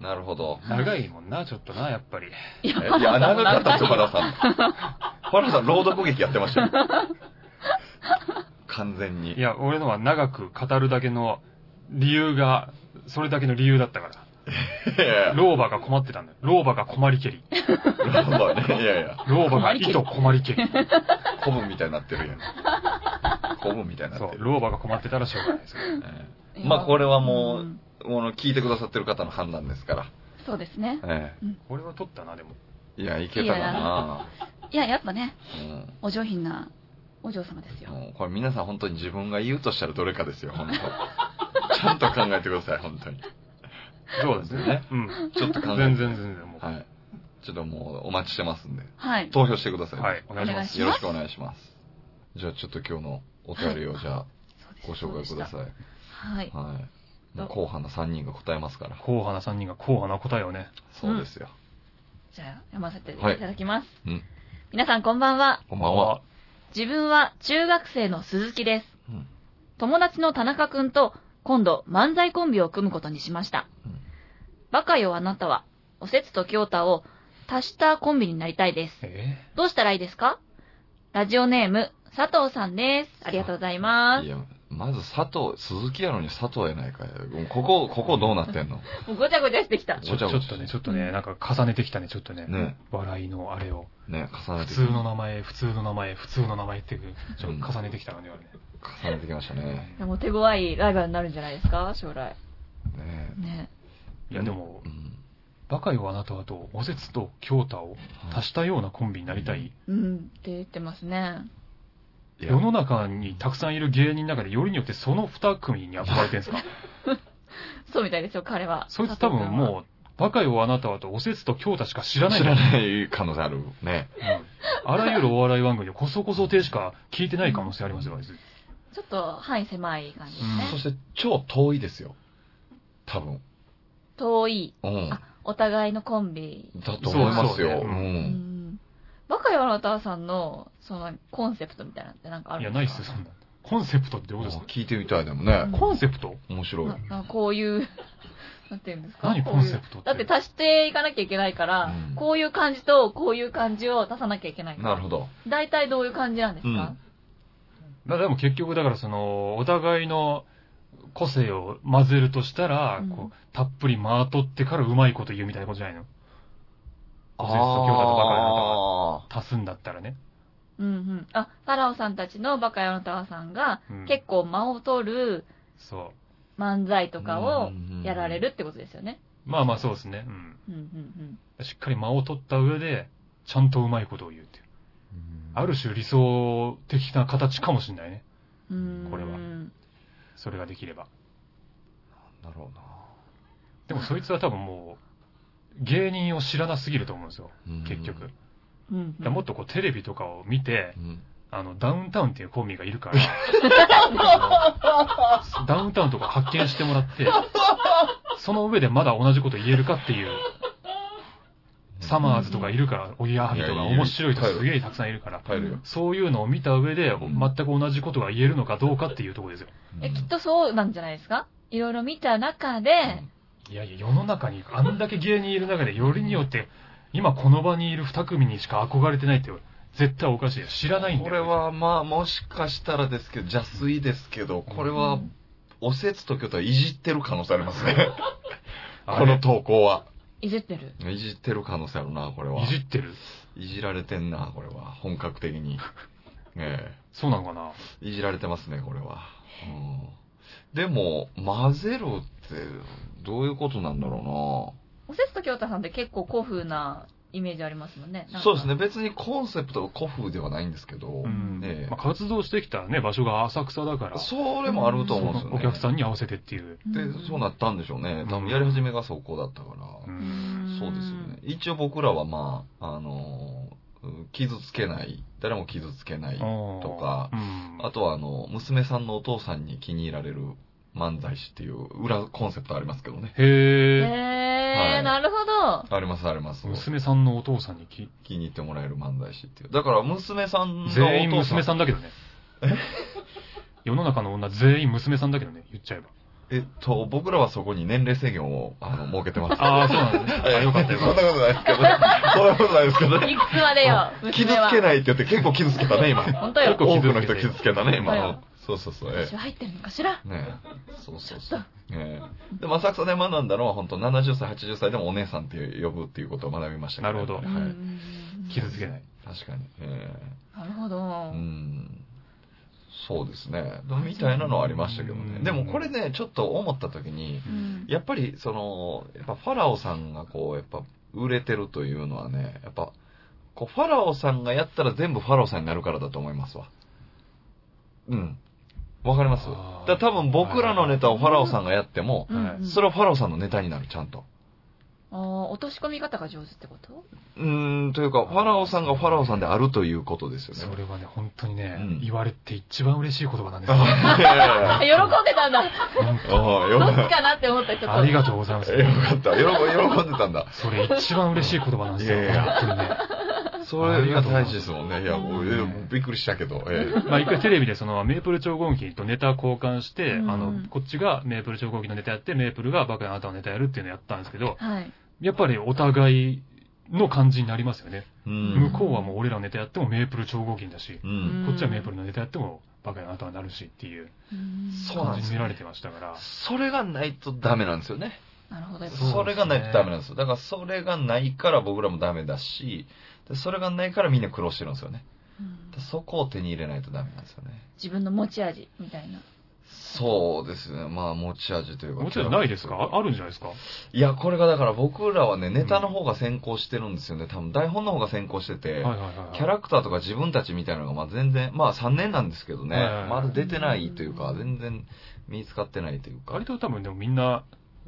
[SPEAKER 2] なるほど。
[SPEAKER 1] 長いもんな、ちょっとな、やっぱり。
[SPEAKER 3] いや、
[SPEAKER 2] え
[SPEAKER 3] パ
[SPEAKER 2] い や、
[SPEAKER 3] ラさ
[SPEAKER 2] 長
[SPEAKER 3] んも
[SPEAKER 2] かったですよ、ファ
[SPEAKER 3] 長い
[SPEAKER 2] ラさん。ファラさん、朗読劇やってましたよ。完全に。
[SPEAKER 1] いや、俺のは長く語るだけの理由が、それだけの理由だったか
[SPEAKER 2] いや
[SPEAKER 1] ら。
[SPEAKER 2] いや、
[SPEAKER 1] 老婆が困ってたんだよ。老婆が困りけ り。
[SPEAKER 2] ロボね。いや いや、
[SPEAKER 1] 老婆が糸困りけり。
[SPEAKER 2] 古文みたいになってるやん。古文みたいにな
[SPEAKER 1] そ
[SPEAKER 2] って
[SPEAKER 1] う、
[SPEAKER 2] る。
[SPEAKER 1] 老婆が困ってたらしょうがないですから。
[SPEAKER 2] ええ
[SPEAKER 3] いや
[SPEAKER 2] まあ、これはも
[SPEAKER 3] ん
[SPEAKER 2] う、この聞いてくださってる方の判断ですから。
[SPEAKER 3] そうですね。
[SPEAKER 2] え
[SPEAKER 1] 俺は取ったな、でも。
[SPEAKER 2] えいや、いけたかない
[SPEAKER 3] や、やっぱね、
[SPEAKER 2] うん
[SPEAKER 3] お上品なお嬢様ですよ。
[SPEAKER 2] もうこれ皆さん本当に自分が言うとしたらどれかですよ、本当。 ちゃんと考えてください、本当に。
[SPEAKER 1] そうですね。うん。
[SPEAKER 2] ちょっと考えて
[SPEAKER 1] 全然全然、もう。
[SPEAKER 2] はい。ちょっともうお待ちしてますんで。
[SPEAKER 3] はい。
[SPEAKER 2] 投票してください。
[SPEAKER 1] はい、お願いします。
[SPEAKER 2] よろしくお願いします。じゃあちょっと今日のお便りをじゃあ
[SPEAKER 3] そうです
[SPEAKER 2] ご紹介ください。
[SPEAKER 3] そうでしたはい。
[SPEAKER 2] はい。もう後半の3人が答えますから。
[SPEAKER 1] 硬派な3人が硬派な答えをね。
[SPEAKER 2] そうですよ。
[SPEAKER 3] じゃあ、読ませていただきます。
[SPEAKER 2] うん。
[SPEAKER 3] 皆さんこんばんは。
[SPEAKER 2] こんばんは。
[SPEAKER 3] 自分は中学生の鈴木です。
[SPEAKER 2] うん。
[SPEAKER 3] 友達の田中くんと今度漫才コンビを組むことにしました。
[SPEAKER 2] うん
[SPEAKER 3] バカよあなたは、おせつと京太を足したコンビになりたいです。
[SPEAKER 1] え
[SPEAKER 3] どうしたらいいですかラジオネーム、佐藤さんです。ありがとうございま
[SPEAKER 2] いや、まず佐藤、鈴木やのに佐藤やないかい。もうここ、ここどうなってんの
[SPEAKER 3] す。もうごちゃごちゃしてきた。
[SPEAKER 1] ーちょ
[SPEAKER 2] ごちゃ
[SPEAKER 1] ちょ
[SPEAKER 2] ごちゃ
[SPEAKER 1] っとね、ちょっと
[SPEAKER 3] う
[SPEAKER 1] ね、
[SPEAKER 3] ん
[SPEAKER 1] なんか重ねてきたね、ちょっとね。
[SPEAKER 2] ね
[SPEAKER 1] 笑いのあれを。
[SPEAKER 2] ね、重ね
[SPEAKER 1] 普
[SPEAKER 2] てき
[SPEAKER 1] 通の名前、普通の名前、普通の名前って、ちょっと重ねてきた感じがあるね。
[SPEAKER 2] 重ねてきましたね。
[SPEAKER 3] もう手強いライバルになるんじゃないですか将来。
[SPEAKER 2] ね
[SPEAKER 3] ね。
[SPEAKER 1] いや、でも
[SPEAKER 2] う、ん。
[SPEAKER 1] バカよあなたはと、おせつと京太を足したようなコンビになりたい。
[SPEAKER 3] うん、って言ってますね。
[SPEAKER 2] い
[SPEAKER 1] 世の中にたくさんいる芸人の中で、よりによってその2組に憧れてるんですか
[SPEAKER 3] そうみたいですよ、彼は。
[SPEAKER 1] そいつ多分もう、バカよあなたはと、おせつと京太しか知らない
[SPEAKER 2] 知らない可能性ある。ね。
[SPEAKER 1] うんあらゆるお笑い番組でこそこそ亭しか聞いてない可能性ありますよ、あいつ。
[SPEAKER 3] う。ちょっと範囲狭い感じですね
[SPEAKER 1] うん
[SPEAKER 2] そ。して超遠いですよ。多分。
[SPEAKER 3] 遠い。
[SPEAKER 2] うん。
[SPEAKER 3] あ、お互いのコンビ。
[SPEAKER 2] だと思います
[SPEAKER 1] そ
[SPEAKER 2] よ。
[SPEAKER 1] ううね
[SPEAKER 2] ん。
[SPEAKER 3] バカよあなたさんの、その、コンセプトみたいなのってなんかあ
[SPEAKER 1] い
[SPEAKER 3] る
[SPEAKER 1] や、
[SPEAKER 3] ん
[SPEAKER 1] ない
[SPEAKER 3] で
[SPEAKER 1] っ
[SPEAKER 3] す
[SPEAKER 1] す
[SPEAKER 3] か
[SPEAKER 1] よ、そんな。コンセプトってどういうことです
[SPEAKER 2] 聞いてみたいでもね。
[SPEAKER 1] かコンセプト
[SPEAKER 2] 面白い。
[SPEAKER 3] ななんかこう いう、なんていうんですか
[SPEAKER 1] 何
[SPEAKER 3] こ
[SPEAKER 1] コ
[SPEAKER 3] う
[SPEAKER 1] ン
[SPEAKER 3] いう
[SPEAKER 1] セプトって。
[SPEAKER 3] だって足していかなきゃいけないから、
[SPEAKER 2] うん
[SPEAKER 3] こういう感じとこういう感じを足さなきゃいけないから。
[SPEAKER 2] なるほど。
[SPEAKER 3] 大体どういう感じなんですか、
[SPEAKER 1] まあでも結局、だからその、お互いの個性を混ぜるとしたら、
[SPEAKER 3] うん
[SPEAKER 1] こう、たっぷり回っとってからうまいこと言うみたいなことじゃないの
[SPEAKER 2] あ
[SPEAKER 1] おせつと京太とバカよあなたは。
[SPEAKER 2] あ
[SPEAKER 1] 足すんだったらね。
[SPEAKER 3] うん、うんうんあ、ファラオさんたちのバカよあなたさんが、
[SPEAKER 1] うん
[SPEAKER 3] 結構間を取る
[SPEAKER 1] そ
[SPEAKER 3] 漫才とか
[SPEAKER 2] う
[SPEAKER 3] を
[SPEAKER 2] んうんうん
[SPEAKER 3] やられるってことですよね。
[SPEAKER 1] う。まあまあそうですね。うん。
[SPEAKER 3] うんうん
[SPEAKER 1] しっかり間を取った上で、ちゃんとうまいことを言うっていう。ある種理想的な形かもしれないね。
[SPEAKER 3] うん。うーん
[SPEAKER 1] これはそれができれば。
[SPEAKER 2] だろうな。
[SPEAKER 1] でもそいつは多分もう、芸人を知らなすぎると思うんですよ、
[SPEAKER 2] うん
[SPEAKER 1] 結局。だか
[SPEAKER 3] うんうん、
[SPEAKER 1] らもっとこうテレビとかを見て
[SPEAKER 2] う、ん。
[SPEAKER 1] あの、ダウンタウンっていうコンビがいる から、あのダウンタウンとか発見してもらって、その上でまだ同じこと言えるかっていう、サマーズとかいるから、おぎやはぎと
[SPEAKER 2] い
[SPEAKER 1] か
[SPEAKER 2] やいる
[SPEAKER 1] 面白い人すげえたくさんいるから、
[SPEAKER 2] 帰るよ。
[SPEAKER 1] そういうのを見た上で、
[SPEAKER 2] ん
[SPEAKER 1] 全く同じことが言えるのかどうかっていうところですよ。
[SPEAKER 3] え、きっとそうなんじゃないですかいろいろ見た中で、
[SPEAKER 1] いやいや、世の中に、あんだけ芸人いる中で、よりによって、今この場にいる二組にしか憧れてないって、絶対おかしいよ。知らないんだ
[SPEAKER 2] こ
[SPEAKER 1] よ。
[SPEAKER 2] れはまあもしかしたらですけど、邪推ですけど、これ
[SPEAKER 3] う
[SPEAKER 2] は
[SPEAKER 3] ん、
[SPEAKER 2] おせつと京都はいじってる可能性ありますね。
[SPEAKER 1] あれ、
[SPEAKER 2] この投稿は。
[SPEAKER 3] いじってる。
[SPEAKER 2] いじってる可能性あるな、これは。
[SPEAKER 1] いじってる。
[SPEAKER 2] いじられてんな、これは。本格的 に。え
[SPEAKER 1] そうなのかな
[SPEAKER 2] えいじられてますね、これは。うんでも、混ぜろって、どういうことなんだろ
[SPEAKER 3] おせつと京太さんって結構古風なイメージありますもんね
[SPEAKER 2] う。な
[SPEAKER 3] な
[SPEAKER 2] ん
[SPEAKER 3] か
[SPEAKER 2] そうですね。。別にコンセプトが古風ではないんですけど
[SPEAKER 1] う、ん。
[SPEAKER 2] ええ
[SPEAKER 1] まあ、活動してきたね、場所が浅草だから、そ
[SPEAKER 2] それもあると思うんですよ
[SPEAKER 1] のお
[SPEAKER 2] ね。
[SPEAKER 1] 客さんに合わせてっていう。
[SPEAKER 2] で、そうなったんでしょうね。多
[SPEAKER 1] うん
[SPEAKER 2] 分やり始めがそこだったから。
[SPEAKER 1] うん。
[SPEAKER 2] そうですよね。。一応僕らはまあ、あのー、うん傷つけない、誰も傷つけないとか
[SPEAKER 1] う、ん。
[SPEAKER 2] あとはあの、娘さんのお父さんに気に入られる漫才師っていう裏コンセプトありますけどね。
[SPEAKER 3] へ
[SPEAKER 1] へえ。
[SPEAKER 3] え
[SPEAKER 2] は
[SPEAKER 3] ー、
[SPEAKER 2] い
[SPEAKER 3] なるほど。
[SPEAKER 2] ありますあります。
[SPEAKER 1] 娘さんのお父さんにき、
[SPEAKER 2] 気に入ってもらえる漫才師っていう。だから娘さんのお父さん。
[SPEAKER 1] 全員娘さんだけどね。世の中の女全員娘さんだけどね、言っちゃえば。
[SPEAKER 2] えっと、僕らはそこに年齢制限をあの設けてます。
[SPEAKER 1] ああ、そうなんですね。あよかったよ
[SPEAKER 2] そ
[SPEAKER 1] か
[SPEAKER 2] ん
[SPEAKER 1] っ
[SPEAKER 2] な
[SPEAKER 1] た。
[SPEAKER 2] ことないですけど。そんなことないですけど。
[SPEAKER 3] いくつまでよ、
[SPEAKER 2] 傷
[SPEAKER 3] 娘は。
[SPEAKER 2] つけないって言って結構傷つけたね、今。
[SPEAKER 3] 本当よ
[SPEAKER 2] 結構多くの人傷つけたね、
[SPEAKER 3] 本当よ
[SPEAKER 2] 今。そうそうそう。え
[SPEAKER 3] 私は入ってるのかしら
[SPEAKER 2] えねえ。そうそうそう。ええ。で、浅草で学んだのは、本当70歳、80歳でもお姉さんって呼ぶっていうことを学びましたけ
[SPEAKER 1] なるほど
[SPEAKER 2] はい。
[SPEAKER 3] うん
[SPEAKER 1] 傷つけない。
[SPEAKER 2] 確かに。え
[SPEAKER 3] なるほど。
[SPEAKER 2] え。うん。そうですね。みたいなのはありましたけど
[SPEAKER 1] う
[SPEAKER 2] ね。
[SPEAKER 1] ん
[SPEAKER 2] でもこれね、ちょっと思った時に、
[SPEAKER 3] うん
[SPEAKER 2] やっぱり、その、やっぱファラオさんがこう、やっぱ売れてるというのはね、やっぱ、こう、ファラオさんがやったら全部ファラオさんになるからだと思いますわ。うん。わかります
[SPEAKER 1] あー
[SPEAKER 2] だから多分僕らのネタをファラオさんがやっても、
[SPEAKER 3] うん
[SPEAKER 1] はい
[SPEAKER 2] それはファラオさんのネタになる、ちゃんと。
[SPEAKER 3] ああ、落とし込み方が上手ってこと
[SPEAKER 2] うーん、というか、ファラオさんがファラオさんであるということですよ
[SPEAKER 1] そ
[SPEAKER 2] ね。
[SPEAKER 1] れはね、本当にね、
[SPEAKER 2] うん
[SPEAKER 1] 言われて一番嬉しい言葉なんです よ。
[SPEAKER 2] あ
[SPEAKER 3] あ、喜んでた んだ。
[SPEAKER 1] 本
[SPEAKER 2] あ、よ
[SPEAKER 3] どっ
[SPEAKER 2] か
[SPEAKER 3] ちかなって思った、ちょっと。
[SPEAKER 1] 当ありがとうございます
[SPEAKER 2] え。よかった。喜喜んでたんだ。
[SPEAKER 1] それ一番嬉しい言葉なんですよ、
[SPEAKER 2] いやいや
[SPEAKER 1] 本当にね。
[SPEAKER 2] それが大事ですもんね。いや、もう、えびっくりしたけど。え
[SPEAKER 1] まあ一回テレビでそのメープル超合金とネタ交換して、
[SPEAKER 3] うん
[SPEAKER 1] あの、こっちがメープル超合金のネタやって、メープルがバカやあなたのネタやるっていうのやったんですけど、
[SPEAKER 3] はい。
[SPEAKER 1] やっぱりお互いの感じになりますよね。
[SPEAKER 2] えう
[SPEAKER 1] 向
[SPEAKER 2] ん。
[SPEAKER 1] こうはもう俺らのネタやってもメープル超合金だし、
[SPEAKER 2] う。
[SPEAKER 3] うん
[SPEAKER 1] こっちはメープルのネタやってもバカやあなたはなるしっていう
[SPEAKER 2] そうなん
[SPEAKER 1] 感
[SPEAKER 2] で
[SPEAKER 1] じ
[SPEAKER 2] す
[SPEAKER 1] に
[SPEAKER 2] ね
[SPEAKER 1] 見られてましたから、
[SPEAKER 2] それがないとダメなんですよね。
[SPEAKER 3] なるほど。やっぱ
[SPEAKER 1] そうですね
[SPEAKER 2] それがないとダメなんですよ。だからそれがないから僕らもダメだし、でそれがないからみんな苦労してるんですよね。
[SPEAKER 3] うん
[SPEAKER 2] でそこを手に入れないとダメなんですよね。
[SPEAKER 3] 自分の持ち味みたいな。
[SPEAKER 2] そうですね。まあ持ち味というか。
[SPEAKER 1] もちろんないですかああるんじゃないですか
[SPEAKER 2] いや、これがだから僕らはね、ネタの方が先行してるんですよね。多分台本の方が先行してて。
[SPEAKER 1] はいはいはいはい。
[SPEAKER 2] キャラクターとか自分たちみたいなのが、まあ全然、まあ3年なんですけどね、
[SPEAKER 1] はいはいはい
[SPEAKER 2] まだ出てないというか、全然見つかってないというか
[SPEAKER 1] 割。と多分でもみんな、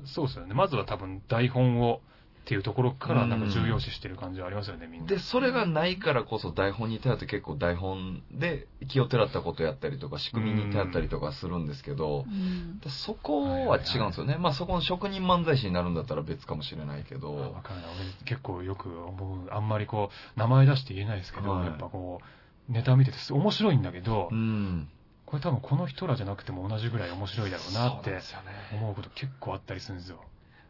[SPEAKER 1] そうですよね。まずは多分台本をっていうところからなんか重要視してる感じはありますよね、みんな。
[SPEAKER 2] で、それがないからこそ台本に頼って結構台本で気を照らったことやったりとか、仕組みに頼ったりとかするんですけど、
[SPEAKER 3] うん
[SPEAKER 2] でそこは違うんですよね。まあそこの職人漫才師になるんだったら別かもしれないけ
[SPEAKER 1] あ
[SPEAKER 2] ど
[SPEAKER 1] わ、かるな。俺結構よく思う。あんまりこう、名前出して言えないですけど、
[SPEAKER 2] はい
[SPEAKER 1] やっぱこう、ネタ見ててす面白いんだけど、
[SPEAKER 2] うん。
[SPEAKER 1] これ多分この人らじゃなくても同じぐらい面白いだろうなっ
[SPEAKER 2] そうなん
[SPEAKER 1] て
[SPEAKER 2] ですよね
[SPEAKER 1] 思うこと結構あったりするんですよ。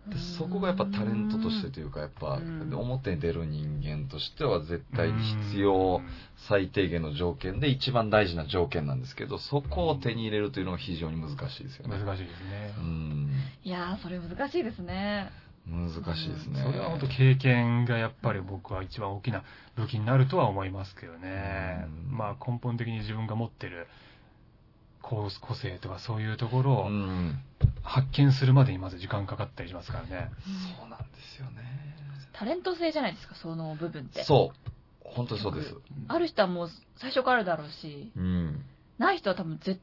[SPEAKER 2] でそこがやっぱタレントとしてというか、やっぱ
[SPEAKER 3] うん
[SPEAKER 2] 表に出る人間としては絶対必要
[SPEAKER 1] うん。
[SPEAKER 2] 最低限の条件で一番大事な条件なんですけど、そこを手に入れるというのは非常に難しいですよね。
[SPEAKER 1] 難しいですね
[SPEAKER 2] う。ん。
[SPEAKER 3] いやー、それ難しいですね。
[SPEAKER 2] 難しいですね。
[SPEAKER 1] それは本当経験がやっぱり僕は一番大きな武器になるとは思いますけどね。
[SPEAKER 2] うん
[SPEAKER 1] まあ根本的に自分が持ってる個個性とかそういうところ
[SPEAKER 2] う
[SPEAKER 1] を
[SPEAKER 2] ん。
[SPEAKER 1] 発見するまでにまず時間かかったりしますからね。
[SPEAKER 2] そうなんですよね。
[SPEAKER 3] タレント性じゃないですか、その部分って。
[SPEAKER 2] そう。本当にそうです。
[SPEAKER 3] ある人はもう最初からあるだろうし、
[SPEAKER 2] うん。
[SPEAKER 3] ない人は多分ぜ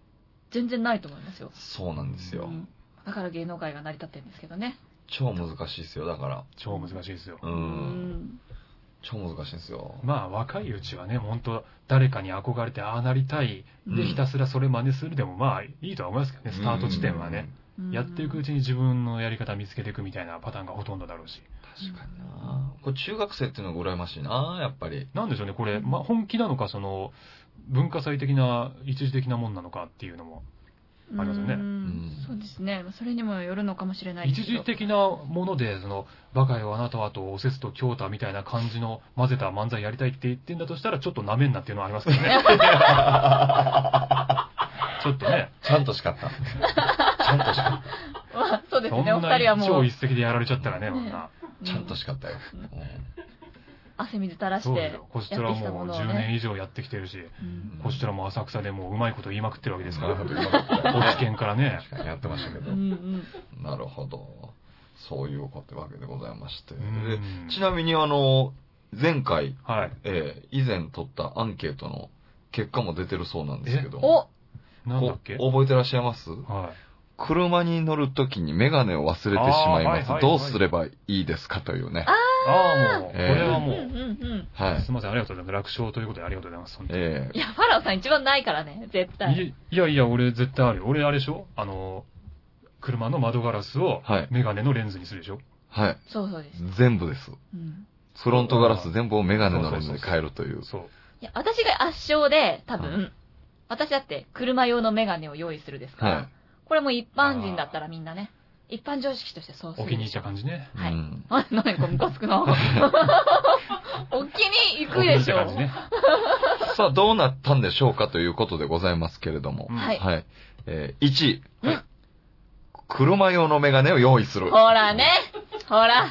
[SPEAKER 3] 全然ないと思いますよ。
[SPEAKER 2] そうなんです
[SPEAKER 3] う
[SPEAKER 2] よ。
[SPEAKER 3] んだから芸能界が成り立ってるんですけどね。
[SPEAKER 2] 超難しいですよ、だから。
[SPEAKER 1] 超難しいですよ。
[SPEAKER 2] う。
[SPEAKER 3] うんん
[SPEAKER 2] 超難しいですよ。
[SPEAKER 1] まあ若いうちはね、本当誰かに憧れてああなりたい。で、
[SPEAKER 2] うん
[SPEAKER 1] ひたすらそれ真似するでもまあいいとは思いますけどね、スタート地点はね。やっていくうちに自分のやり方見つけていくみたいなパターンがほとんどだろうし。
[SPEAKER 2] うん。確かにな。これ中学生っていうのが羨ましいな、やっぱ り。
[SPEAKER 1] なんでしょうね、これ、まあ、本気なのか、その、文化祭的な、一時的なもんなのかっていうのも、
[SPEAKER 3] うん
[SPEAKER 1] ありますよね
[SPEAKER 3] うん
[SPEAKER 2] うん
[SPEAKER 3] そうですね。それにもよるのかもしれないです
[SPEAKER 1] 一
[SPEAKER 3] けど
[SPEAKER 1] 時的なもので、その、バカよあなたはと、おせつと京太みたいな感じの混ぜた漫才やりたいって言ってんだとしたら、ちょっとなめんなっていうのはありますけどね。ちょっとね、
[SPEAKER 2] ちゃんとしかった。ちゃんとしかっ
[SPEAKER 3] まあそうです
[SPEAKER 1] そん
[SPEAKER 3] ね。お
[SPEAKER 1] な
[SPEAKER 3] 二人はも
[SPEAKER 1] 超
[SPEAKER 3] う
[SPEAKER 1] 一、石でやられちゃったらね、
[SPEAKER 3] ね
[SPEAKER 1] こんな。
[SPEAKER 2] た。
[SPEAKER 3] う
[SPEAKER 2] ちゃんとしかったよ。
[SPEAKER 3] う
[SPEAKER 2] うん
[SPEAKER 3] 汗水垂らし
[SPEAKER 1] そう
[SPEAKER 3] て
[SPEAKER 1] です
[SPEAKER 3] や
[SPEAKER 1] よ。こ
[SPEAKER 3] っ
[SPEAKER 1] してらは
[SPEAKER 3] きた
[SPEAKER 1] も
[SPEAKER 3] も
[SPEAKER 1] う
[SPEAKER 3] のを
[SPEAKER 1] 10年
[SPEAKER 3] ね。
[SPEAKER 1] 以上やってきてるし、
[SPEAKER 3] うん
[SPEAKER 1] こちらも浅草でもううまいこと言いまくってるわけです から、
[SPEAKER 2] う
[SPEAKER 1] 高
[SPEAKER 2] まいこと言いまくって
[SPEAKER 1] 知県からね。
[SPEAKER 2] 確かにやってましたけ
[SPEAKER 3] う
[SPEAKER 2] ど。
[SPEAKER 3] ん
[SPEAKER 2] なるほど。そういうことわけでございまして。
[SPEAKER 1] うん
[SPEAKER 2] でちなみにあの、前回、
[SPEAKER 1] はい。
[SPEAKER 2] えー以前取ったアンケートの結果も出てるそうなんですけど
[SPEAKER 3] うん。お
[SPEAKER 2] も。
[SPEAKER 1] なんだっけ
[SPEAKER 2] お覚えてらっしゃいます
[SPEAKER 1] はい。
[SPEAKER 2] 車に乗るときにメガネを忘れてしま
[SPEAKER 1] あーは
[SPEAKER 2] います。
[SPEAKER 1] いはいはい
[SPEAKER 2] どうすればいいですかというね。
[SPEAKER 1] ああ、もう、こ
[SPEAKER 2] えー
[SPEAKER 1] れはも
[SPEAKER 3] うんう
[SPEAKER 1] う、
[SPEAKER 3] んうん。
[SPEAKER 2] はい
[SPEAKER 1] す。みません、ありがとうございます。楽勝ということでありがとうございます。本当に
[SPEAKER 2] え
[SPEAKER 3] いや、ファラオさん一番ないからね、絶対。
[SPEAKER 1] いいやいや、俺絶対あるよ。俺あれでしょあの、車の窓ガラスを
[SPEAKER 2] はい
[SPEAKER 1] メガネのレンズにするでしょ、
[SPEAKER 2] ーはい。
[SPEAKER 3] そうそうです。
[SPEAKER 2] 全部です。
[SPEAKER 3] うん
[SPEAKER 2] フロントガラス全部をメガネのレンズに変えるという。
[SPEAKER 1] そう。
[SPEAKER 3] いや、私が圧勝で、多
[SPEAKER 2] は
[SPEAKER 3] 分、私だって車用のメガネを用意するですか
[SPEAKER 2] は
[SPEAKER 3] ら、これも一般人だったらみんなね、一般常識としてそうす
[SPEAKER 1] お
[SPEAKER 3] る。
[SPEAKER 1] 気に入った感じね。
[SPEAKER 2] い。
[SPEAKER 3] はい
[SPEAKER 2] うん
[SPEAKER 3] あ、なにこれムカつ くな。お気に行くでしょ。
[SPEAKER 1] お気に入った感
[SPEAKER 2] さあ、どうなったんでしょうかということでございますけれども。
[SPEAKER 1] じね。
[SPEAKER 3] はい
[SPEAKER 2] はい。えー、1位。
[SPEAKER 3] うん
[SPEAKER 2] 車用のメガネを用意する。
[SPEAKER 3] ほらね。ほら。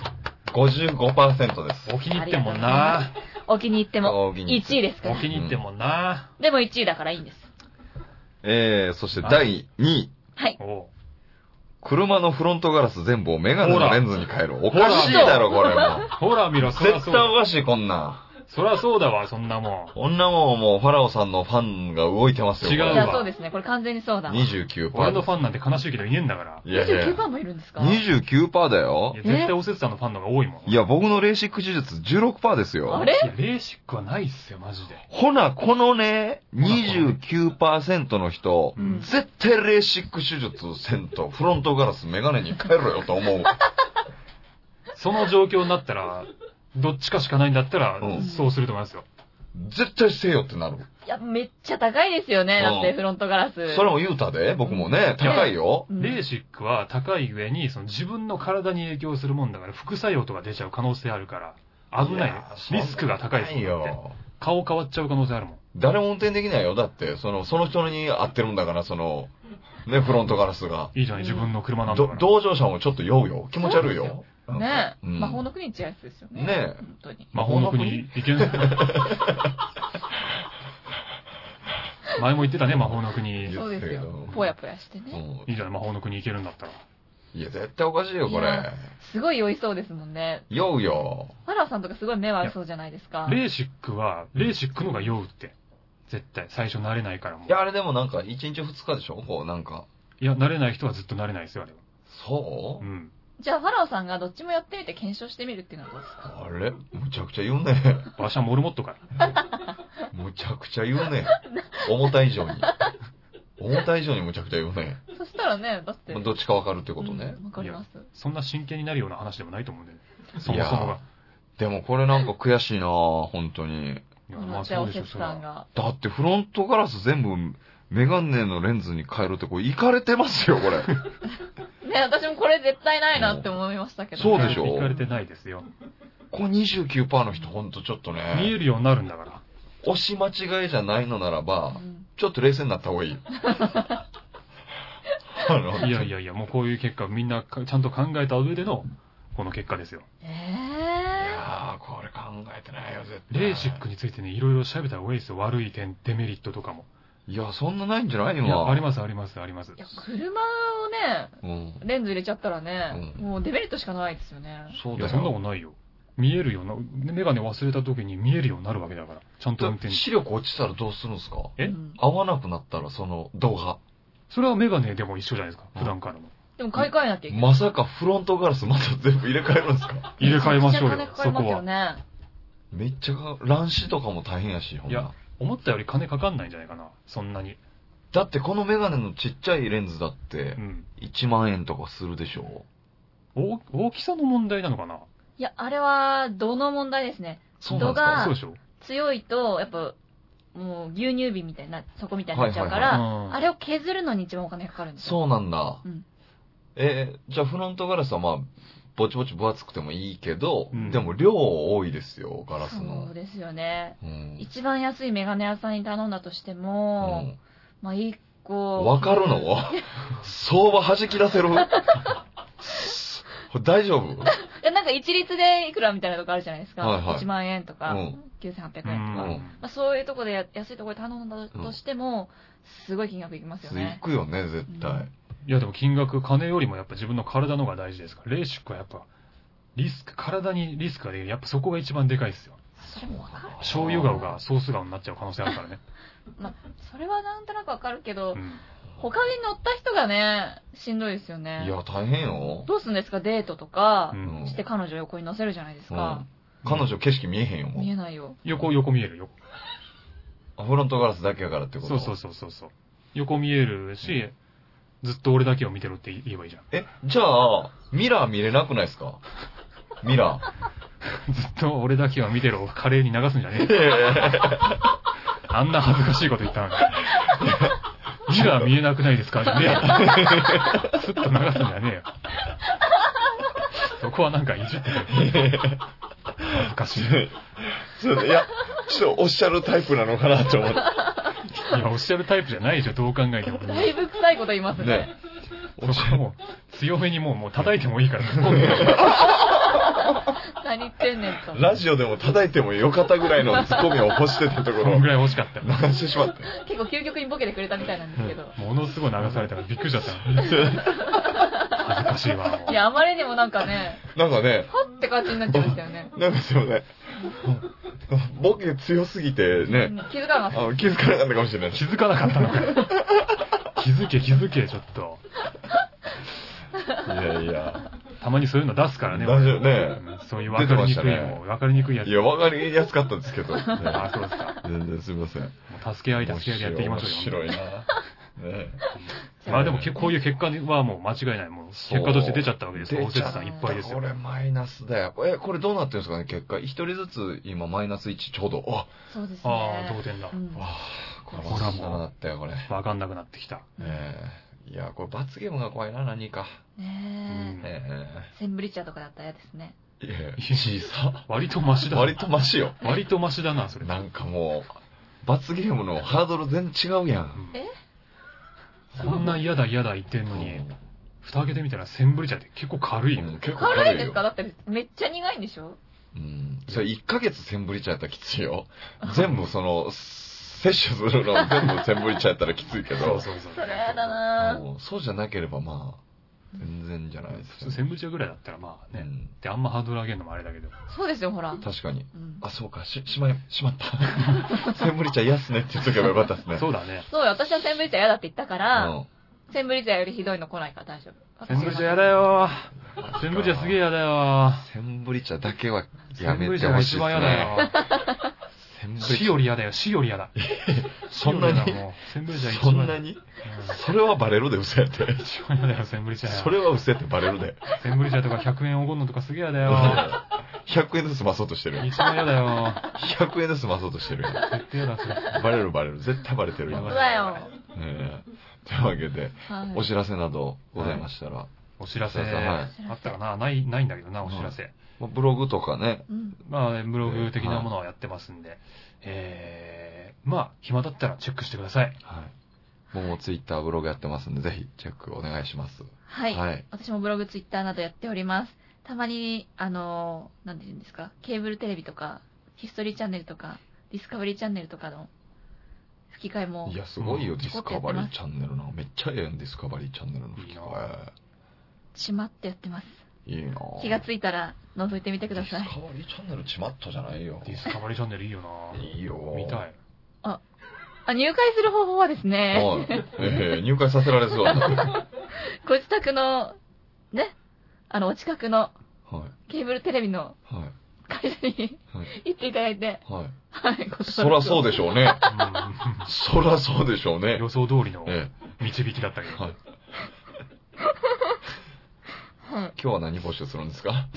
[SPEAKER 2] 55%です。
[SPEAKER 1] お気に入ってんもんな。
[SPEAKER 3] お気に入っても
[SPEAKER 2] お気
[SPEAKER 3] 1
[SPEAKER 2] に入って
[SPEAKER 3] 位ですか
[SPEAKER 1] お
[SPEAKER 3] ら
[SPEAKER 1] 気。に入ってんもんな。
[SPEAKER 3] でも1位だからいいんです。
[SPEAKER 2] えー、そして第2位。
[SPEAKER 3] はい。
[SPEAKER 1] おう
[SPEAKER 2] 車のフロントガラス全部をメガネのレンズに変える。お
[SPEAKER 1] ほら
[SPEAKER 2] かしいだろ、これもう。
[SPEAKER 1] ほら見ろ、そりゃ
[SPEAKER 2] 絶
[SPEAKER 1] そ
[SPEAKER 2] 対
[SPEAKER 1] うだ。
[SPEAKER 2] おかしい、こんなん。
[SPEAKER 1] そりゃそうだわ、そんなもん。
[SPEAKER 2] 女ももうファラオさんのファンが動いてますよ。
[SPEAKER 1] 違うわ
[SPEAKER 3] じゃあそうですね。これ完全にそうだ。
[SPEAKER 2] 29%。
[SPEAKER 1] 俺のファンなんて悲しいけどいねえんだから。
[SPEAKER 2] いやいや
[SPEAKER 3] 29%もいるんですか
[SPEAKER 2] 29%だよ
[SPEAKER 1] いや、。絶対おせつさんのファンの方が多いもん。
[SPEAKER 2] いや、僕のレーシック手術16%ですよ。
[SPEAKER 3] あれ
[SPEAKER 1] いや、レーシックはないっすよ、マジで。
[SPEAKER 2] ほな、このね、29%の人、
[SPEAKER 3] うん
[SPEAKER 2] 絶対レーシック手術せんと、フロントガラスメガネに変えろよと思う。
[SPEAKER 1] その状況になった ら、どっちかしかないんだったら
[SPEAKER 2] うん、
[SPEAKER 1] そうすると思いますよ。
[SPEAKER 2] 絶対せよってなる。
[SPEAKER 3] いや、めっちゃ高いですよね。だっ
[SPEAKER 2] う
[SPEAKER 3] て
[SPEAKER 2] ん
[SPEAKER 3] フロントガラス。
[SPEAKER 2] それも言うたで、僕もね、高いよ。
[SPEAKER 3] うん
[SPEAKER 1] レーシックは高い上に、その自分の体に影響するもんだから、副作用とか出ちゃう可能性あるから、危ないよ
[SPEAKER 2] やそんな
[SPEAKER 1] リスクが高いです
[SPEAKER 2] ない
[SPEAKER 1] よ。だって
[SPEAKER 2] よ。
[SPEAKER 1] 顔変わっちゃう可能性あるもん。
[SPEAKER 2] 誰も運転できないよ。だって、その、その人に合ってるんだから、その、ね、フロントガラスが。
[SPEAKER 1] いいじゃない、自分の車なんだか
[SPEAKER 2] ど
[SPEAKER 1] ら。
[SPEAKER 2] 同乗者もちょっと酔うよ。気持ち悪いよ。
[SPEAKER 3] ねえ、
[SPEAKER 2] うん
[SPEAKER 3] 魔法の国に違うやつですよね。
[SPEAKER 2] ねえ
[SPEAKER 3] 本当に。
[SPEAKER 1] 魔法の国、行けない。前も言ってたね、魔法の国。いい
[SPEAKER 2] 言
[SPEAKER 1] じ
[SPEAKER 2] っ
[SPEAKER 3] そう
[SPEAKER 2] て
[SPEAKER 3] で
[SPEAKER 2] た
[SPEAKER 3] す
[SPEAKER 2] けど
[SPEAKER 3] よ。ぽやぽやして
[SPEAKER 2] う
[SPEAKER 3] ね。
[SPEAKER 2] ん
[SPEAKER 1] ゃない、魔法の国行けるんだったら。
[SPEAKER 2] いや、絶対おかしいよ、こ
[SPEAKER 3] い
[SPEAKER 2] れ
[SPEAKER 3] や。すごい酔いそうですもんね。
[SPEAKER 2] 酔うよ。
[SPEAKER 3] ファラオさんとかすごい目悪そうじゃないですか。
[SPEAKER 1] レーシックは、レーシックのが酔うって。絶対、最初慣れないからもう。
[SPEAKER 2] いや、あれでもなんか、1日2日でしょこう、なんか。
[SPEAKER 1] いや、慣れない人はずっと慣れないですよ、あれは。。
[SPEAKER 2] そううん
[SPEAKER 3] じゃあファラオさんがどっちもやってみて検証してみるっていうのはどうですか
[SPEAKER 2] あれむちゃくちゃ言うね。
[SPEAKER 1] わしはモルモットか
[SPEAKER 2] むちゃくちゃ言うね。重たい以上に。重たい以上にむちゃくちゃ言う ね。
[SPEAKER 3] そしたらね、だって。
[SPEAKER 2] どっちかわかるってことね
[SPEAKER 3] う。んわかります。
[SPEAKER 1] そんな真剣になるような話でもないと思うんだよね。そもそも
[SPEAKER 2] いや
[SPEAKER 1] が。
[SPEAKER 2] でもこれなんか悔しいな本当に。
[SPEAKER 1] いや、
[SPEAKER 3] この
[SPEAKER 1] まあ
[SPEAKER 3] じゃあ
[SPEAKER 1] そうで
[SPEAKER 3] お
[SPEAKER 1] し
[SPEAKER 3] せ
[SPEAKER 1] ょ、
[SPEAKER 3] つ
[SPEAKER 1] そ
[SPEAKER 3] さん
[SPEAKER 1] ら。
[SPEAKER 3] が。
[SPEAKER 2] だってフロントガラス全部メガネのレンズに変えるってこれ、いかれてますよ、これ。
[SPEAKER 3] ね、私もこれ絶対ないなって思いましたけど、
[SPEAKER 2] そうでしょ
[SPEAKER 1] 行かれてないですよ。
[SPEAKER 2] これ29%の人ほんとちょっと
[SPEAKER 1] 見
[SPEAKER 2] ね、
[SPEAKER 1] えるようになるんだから。
[SPEAKER 2] 押し間違いじゃないのならば
[SPEAKER 3] う、ん
[SPEAKER 2] ちょっと冷静になった方 がいい。あの
[SPEAKER 1] いやいやいや、もうこういう結果、みんなかちゃんと考えた上での、この結果ですよ。
[SPEAKER 2] い
[SPEAKER 3] え
[SPEAKER 2] やー、これ考えてないよ、絶対。
[SPEAKER 1] レーシックについてね、いろいろ調べた方がいいですよ。悪い点、デメリットとかも。
[SPEAKER 2] いや、そんなないんじゃない
[SPEAKER 1] い
[SPEAKER 2] 今。
[SPEAKER 1] や、あります、あります、あります
[SPEAKER 3] ー、い。や、車をね、
[SPEAKER 2] うん。
[SPEAKER 3] レンズ入れちゃったらね、
[SPEAKER 2] うん
[SPEAKER 3] もうデメリットしかないですよね。
[SPEAKER 2] そう
[SPEAKER 1] い
[SPEAKER 2] だ
[SPEAKER 1] や、
[SPEAKER 2] よ。
[SPEAKER 1] そんなことないよ。見えるような、メガネ忘れた時に見えるようになるわけだから。ちゃんと運転
[SPEAKER 2] だ
[SPEAKER 1] し
[SPEAKER 2] 視力落ちたらどうするんですか
[SPEAKER 1] え
[SPEAKER 3] うん
[SPEAKER 2] 合わなくなったら、その動画。
[SPEAKER 1] それはメガネでも一緒じゃないですか。
[SPEAKER 2] うん
[SPEAKER 1] 普段からの。
[SPEAKER 3] でも買い替えなきゃいけない。
[SPEAKER 2] まさかフロントガラスまた全部入れ替えるんですか
[SPEAKER 1] 入れ替えましょうよ
[SPEAKER 3] めち
[SPEAKER 1] そ
[SPEAKER 3] ゃく、ちゃ金かかりま
[SPEAKER 1] こ
[SPEAKER 3] すよ
[SPEAKER 1] は。
[SPEAKER 3] ね。
[SPEAKER 2] めっちゃか、乱視とかも大変やし、ほん
[SPEAKER 1] いや
[SPEAKER 2] ま。
[SPEAKER 1] 思ったより金かかんないんじゃないかな。そんなに。
[SPEAKER 2] だってこのメガネのちっちゃいレンズだって
[SPEAKER 1] う、ん。
[SPEAKER 2] 1万円とかするでしょ
[SPEAKER 1] 大大きさの問題なのかない
[SPEAKER 3] や、あれは、度の問題ですね。
[SPEAKER 2] そうなんです
[SPEAKER 3] あ
[SPEAKER 2] か
[SPEAKER 1] そうでしょ
[SPEAKER 3] 強いと、やっぱ、もう牛乳瓶みたいな、そこみたいになっちゃうから、
[SPEAKER 2] は
[SPEAKER 1] うん
[SPEAKER 3] あれを削るのに一番お金かかるんですよ。
[SPEAKER 2] そうなんだ。
[SPEAKER 3] うん
[SPEAKER 2] えーじゃあフロントガラスはまあ、ぼちぼち分厚くてもいいけど、
[SPEAKER 1] うん
[SPEAKER 2] でも量多いですよ、ガラスの
[SPEAKER 3] そう。ですよね。
[SPEAKER 2] うん
[SPEAKER 3] 一番安いメガネ屋さんに頼んだとして
[SPEAKER 2] う
[SPEAKER 3] も、
[SPEAKER 2] ん
[SPEAKER 3] まあ一個。
[SPEAKER 2] わかる の相場弾き出せる大丈夫
[SPEAKER 3] えなんか一律でいくらみたいなとこあるじゃないですか。
[SPEAKER 2] はいはい
[SPEAKER 3] 1万円とか、
[SPEAKER 2] うん
[SPEAKER 3] 9800円と
[SPEAKER 1] う
[SPEAKER 3] か。
[SPEAKER 1] ん。
[SPEAKER 2] うん
[SPEAKER 3] まあ、そういうとこでや安いとこで頼んだとしても、すごい金額いきますよ
[SPEAKER 2] 行
[SPEAKER 3] ね。
[SPEAKER 2] くよね、絶対。
[SPEAKER 1] いや、でも金額、金よりもやっぱ自分の体の方が大事ですから。レーシックはやっぱ、リスク、体にリスクができる。やっぱそこが一番でかいですよ。
[SPEAKER 3] それもわかる。
[SPEAKER 1] 醤油顔がソース顔になっちゃう可能性あるからね。
[SPEAKER 3] まあ、それはなんとなくわかるけど、
[SPEAKER 1] うん。
[SPEAKER 3] 他に乗った人がね、しんどいですよね。
[SPEAKER 2] いや、大変よ。
[SPEAKER 3] どうするんですかデートとか
[SPEAKER 1] う、ん
[SPEAKER 3] して彼女横に乗せるじゃないですか。
[SPEAKER 2] うん彼女景色見えへんよ、も
[SPEAKER 3] 見え
[SPEAKER 2] う。
[SPEAKER 3] ないよ。
[SPEAKER 1] 横、横見えるよ。
[SPEAKER 2] あフロントガラスだけやからってこと
[SPEAKER 1] そうそうそうそうそう。横見えるし、ずっと俺だけを見てろって言えばいいじゃん。
[SPEAKER 2] え、じゃあ、ミラー見れなくないです かミラ
[SPEAKER 1] ずっと俺だけを見てろを華麗に流すんじゃねえ。
[SPEAKER 2] ー。いやいやいや
[SPEAKER 1] あんな恥ずかしいこと言ったのに。 字が見えなくないですかじゃね えよ。すっと流すんじゃねえよ。そこはなんかいじってる。恥ずかしい。い
[SPEAKER 2] そういや、ちょっとおっしゃるタイプなのかなと思って。
[SPEAKER 1] や、おっしゃるタイプじゃないでしょ、どう考えても。
[SPEAKER 3] だいぶ臭いこと言いますね。
[SPEAKER 2] ね。
[SPEAKER 1] そこはもう、強めにもう、もう叩いてもいいから突っ込んでる。
[SPEAKER 3] 何言ってんねんと。
[SPEAKER 2] ラジオでも叩いてもよかったぐらいのツッコミを欲してたとこ
[SPEAKER 1] その
[SPEAKER 2] ろ
[SPEAKER 1] ぐ、らい欲しかった。
[SPEAKER 2] 流してしまって。
[SPEAKER 3] 結構究極にボケてくれたみたいなんですけど。
[SPEAKER 1] ものすごい流されたからびっくりしちゃった。恥ずかしいわ、もう。
[SPEAKER 3] いや、あまりにもなんかね、
[SPEAKER 2] なんかね、
[SPEAKER 3] はって感じになっちゃいましたよね。
[SPEAKER 2] なんかすいません。ボケ強すぎて
[SPEAKER 3] うん
[SPEAKER 2] ね、
[SPEAKER 3] 気づかなかっ
[SPEAKER 2] あ気づかなかったかもしれないです
[SPEAKER 1] 気づかなかったのかよ。気づけ、気づけ、ちょっと。
[SPEAKER 2] いやいや。
[SPEAKER 1] たまにそういうの出すからね、
[SPEAKER 2] 大丈
[SPEAKER 1] 俺
[SPEAKER 2] 夫ね
[SPEAKER 1] うんそういう分かりにくい
[SPEAKER 2] 出てました
[SPEAKER 1] もん、分かりにくいやつ。
[SPEAKER 2] いや、わかりやすかったですけど。ね
[SPEAKER 1] あ、そうですか。
[SPEAKER 2] 全然すいません。
[SPEAKER 1] もう助け合い、助け合いでやっていきましょうよ。
[SPEAKER 2] 面白いな。ね
[SPEAKER 3] た。
[SPEAKER 1] まあでもけ、こういう結果はもう間違いない。もう結果として出ちゃったわけですから、おせつ
[SPEAKER 2] 出ちゃった
[SPEAKER 1] さんいっぱいですよ
[SPEAKER 2] こ。れマイナスだよ。え、これどうなってるんですかね、結果。一人ずつ今マイナス1ちょうど。あ、
[SPEAKER 3] そうです
[SPEAKER 1] ああ、同
[SPEAKER 3] ね。
[SPEAKER 1] 点だ
[SPEAKER 3] う。ん
[SPEAKER 2] あこれ
[SPEAKER 1] ほら
[SPEAKER 2] マイ
[SPEAKER 1] もう
[SPEAKER 2] ナだったよ、これ。
[SPEAKER 1] わかんなくなってきた。
[SPEAKER 2] ええいや、これ罰ゲームが怖いな、何か。
[SPEAKER 1] うん
[SPEAKER 3] ね
[SPEAKER 2] え
[SPEAKER 3] え。センブリ茶とかだったら嫌ですね。
[SPEAKER 2] えいや、いいさ。
[SPEAKER 1] 割とマシだ。
[SPEAKER 2] 割とマシよ。
[SPEAKER 1] 割とマシだな、それ。
[SPEAKER 2] なんかもう、罰ゲームのハードル全然違うや。
[SPEAKER 1] うんん
[SPEAKER 3] え
[SPEAKER 1] こんな嫌だ嫌だ言ってんのに、蓋開けてみたらセンブリ茶って結構軽いよ
[SPEAKER 2] う。ん結構
[SPEAKER 3] 軽いですか
[SPEAKER 2] よ
[SPEAKER 3] だってめっちゃ苦いんでしょ
[SPEAKER 2] うん。それ1ヶ月センブリ茶やったらきついよ。全部その、摂取するの全部センブリ茶やったらきついけ
[SPEAKER 1] そう
[SPEAKER 2] ど、
[SPEAKER 1] そうそう。
[SPEAKER 3] それやだな
[SPEAKER 2] もうそうじゃなければまあ、全然じゃないで
[SPEAKER 1] 普
[SPEAKER 2] す
[SPEAKER 1] 通センブリ茶ぐらいだったらまあ
[SPEAKER 2] う
[SPEAKER 1] ね。
[SPEAKER 2] ん
[SPEAKER 1] で、あんまハードル上げるのもあれだけど。
[SPEAKER 3] そうですよ、ほら。
[SPEAKER 2] 確かに。
[SPEAKER 3] うん
[SPEAKER 2] あ、そうか、し、しまい、しまった。 センブリ茶安ねって言っとけばよかったですね。
[SPEAKER 1] そうだね。
[SPEAKER 3] そうよ、私はセンブリ茶嫌だって言ったか
[SPEAKER 2] う
[SPEAKER 3] ら、
[SPEAKER 2] ん。
[SPEAKER 3] センブリ茶よりひどいの来ないから大丈夫。
[SPEAKER 1] セ
[SPEAKER 3] 私
[SPEAKER 1] ンブリ茶やだよー。センブリ茶すげえやだよ
[SPEAKER 2] センブリ茶だけは
[SPEAKER 1] ー。セ
[SPEAKER 2] や
[SPEAKER 1] ンブ
[SPEAKER 2] め
[SPEAKER 1] リ
[SPEAKER 2] て
[SPEAKER 1] 茶が
[SPEAKER 2] ほし
[SPEAKER 1] 一
[SPEAKER 2] いです
[SPEAKER 1] 番や
[SPEAKER 2] ね。
[SPEAKER 1] だよー。
[SPEAKER 2] センブ
[SPEAKER 1] 死
[SPEAKER 2] リ
[SPEAKER 1] より嫌だよ、死より嫌だ。
[SPEAKER 2] そんなに
[SPEAKER 1] 死より嫌だもうセンブリ茶
[SPEAKER 2] 茶。
[SPEAKER 1] 一
[SPEAKER 2] そ
[SPEAKER 1] 番
[SPEAKER 2] んなにそれはバレるで、嘘やって。
[SPEAKER 1] うん一番嫌だよ、センブリ茶。
[SPEAKER 2] それは嘘やってバレるで。
[SPEAKER 1] センブリ茶とか100円おごんのとかすげえやだ よ。
[SPEAKER 2] 100円で済まそうとしてる。
[SPEAKER 1] 一番嫌だよ。
[SPEAKER 2] 100円で済まそうとしてる。
[SPEAKER 1] 絶対嫌だ、それ。
[SPEAKER 2] バレるバレる。絶対バレてるよ。
[SPEAKER 1] やば
[SPEAKER 3] そ
[SPEAKER 1] いう
[SPEAKER 3] だよ。
[SPEAKER 2] ええというわけで、
[SPEAKER 3] はい
[SPEAKER 2] お知らせなどございましたら、
[SPEAKER 1] お知らせ、
[SPEAKER 2] そうそうはい
[SPEAKER 1] あったかなない、ないんだけどな、お知らせ。
[SPEAKER 2] まあブログとかね、
[SPEAKER 3] うん
[SPEAKER 1] まあ、ブログ的なものはやってますんで、えー、まあ、暇だったらチェックしてください。
[SPEAKER 2] はい。もうツイッターブログやってますんで、ぜひチェックお願いします。
[SPEAKER 3] はい。
[SPEAKER 2] はい
[SPEAKER 3] 私もブログ、ツイッターなどやっております。たまに、あのー、なんて言うんですか、ケーブルテレビとか、ヒストリーチャンネルとか、ディスカバリーチャンネルとかの吹き替えも
[SPEAKER 2] い、や、すごいよ、ディ
[SPEAKER 3] ちょ
[SPEAKER 2] ス
[SPEAKER 3] こっとや
[SPEAKER 2] カ
[SPEAKER 3] ってます
[SPEAKER 2] バリーチャンネルの。めっちゃええやん、ディスカバリーチャンネルの吹き替
[SPEAKER 3] しまってやってます。
[SPEAKER 2] え。いいなぁ
[SPEAKER 3] 気がついたら、覗いてみてくださ
[SPEAKER 2] ディ
[SPEAKER 3] い。
[SPEAKER 2] スカバリーチャンネルちまったじゃないよ。
[SPEAKER 1] ディスカバリーチャンネルいいよない
[SPEAKER 2] いよ。
[SPEAKER 1] 見たい。
[SPEAKER 3] あ入会する方法はですね、
[SPEAKER 2] はい。ええ入会させられそう。 は
[SPEAKER 3] ご自宅の、ね、あの、お近くの
[SPEAKER 2] い。はい。
[SPEAKER 3] ケーブルテレビの会社に
[SPEAKER 2] はい。
[SPEAKER 3] 行っていただいて、
[SPEAKER 2] はい。
[SPEAKER 3] はい、ご登録
[SPEAKER 2] そらそうでしょうね。
[SPEAKER 1] う、
[SPEAKER 2] そらそうでしょうんね
[SPEAKER 1] 予。想通りの
[SPEAKER 2] え
[SPEAKER 1] 導きだったけ
[SPEAKER 2] え。
[SPEAKER 1] ど、
[SPEAKER 2] はい。
[SPEAKER 3] はい。
[SPEAKER 2] 今日は何募集するんですかあ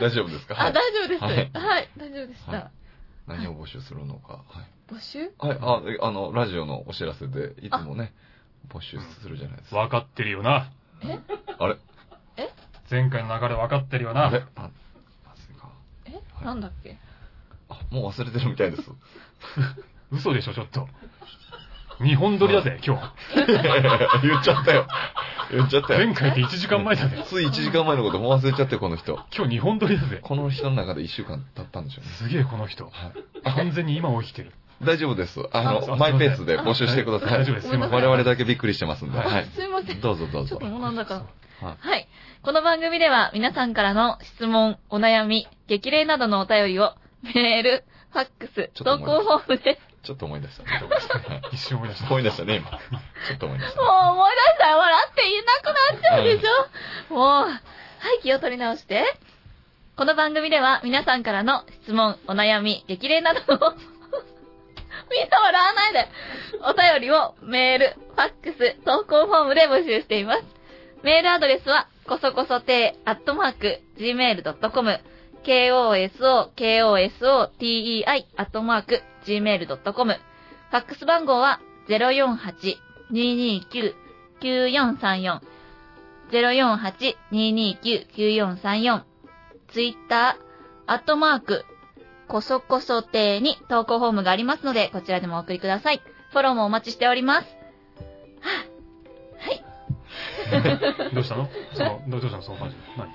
[SPEAKER 2] 大丈夫ですか、は
[SPEAKER 3] あ、大
[SPEAKER 2] い、
[SPEAKER 3] 丈夫です。は
[SPEAKER 2] はいい、
[SPEAKER 3] 大丈夫でした。
[SPEAKER 2] は何を募集するのか。
[SPEAKER 3] 募集
[SPEAKER 2] はい。はい、あ、えあの、ラジオのお知らせで、いつもね、募集するじゃないですか。
[SPEAKER 1] 分かってるよな。
[SPEAKER 3] え
[SPEAKER 2] あれ
[SPEAKER 1] 前回の流れ分かってるよ
[SPEAKER 2] あ
[SPEAKER 1] な。
[SPEAKER 2] れあ、まずいか。
[SPEAKER 3] え、
[SPEAKER 2] はい
[SPEAKER 3] なんだっけ
[SPEAKER 2] あ、もう忘れてるみたいです。
[SPEAKER 1] 嘘でしょ、ちょっと。日本撮りだぜ、今日。
[SPEAKER 2] 言っちゃったよ。言っちゃったよ
[SPEAKER 1] 前。回って1時間前だぜ。
[SPEAKER 2] つい1時間前のこともう忘れちゃって、この人。
[SPEAKER 1] 今日日本撮りだぜ。
[SPEAKER 2] この人の中で1週間経ったんでしょうね。
[SPEAKER 1] すげえ、この人。
[SPEAKER 2] はい。
[SPEAKER 1] 完全に今起きてる。
[SPEAKER 2] 大丈夫です。あ
[SPEAKER 1] あそう
[SPEAKER 2] の、マイペースで募集してください。
[SPEAKER 1] 大丈夫です。すいません。
[SPEAKER 2] 我々だけびっくりしてますんで。
[SPEAKER 1] はい
[SPEAKER 2] はい。
[SPEAKER 3] すいません。
[SPEAKER 2] どうぞどう
[SPEAKER 3] ちょ
[SPEAKER 2] ぞ
[SPEAKER 3] っと。もうなんだか。
[SPEAKER 2] はい
[SPEAKER 3] はい。この番組では皆さんからの質問、お悩み、激励などのお便りをメール、ファックス、
[SPEAKER 2] ちょっと思
[SPEAKER 3] 投
[SPEAKER 2] い
[SPEAKER 3] 稿フォームで、
[SPEAKER 2] ちょっと思い出した。はい
[SPEAKER 1] 一瞬思い出した。
[SPEAKER 2] 思い出したね、今。ちょっと思い出し
[SPEAKER 3] もう
[SPEAKER 2] た。
[SPEAKER 3] 思い出したら笑って言えなくなっちゃうでしょ、もう、はい、気を取り直して。この番組では皆さんからの質問、お悩み、激励などのみんな笑わないで。お便りをメール、ファックス、投稿フォームで募集しています。メールアドレスは、こそこそてアットマーク、gmail.com、koso, koso, tei, アットマーク、gmail.com。ファックス番号は、048-229-9434。048-229-9434。ツイッター、アットマーク、こそこそ亭に投稿フォームがありますので、こちらでもお送りください。フォローもお待ちしております。
[SPEAKER 1] どうしたのその、どうしたのその感じ。何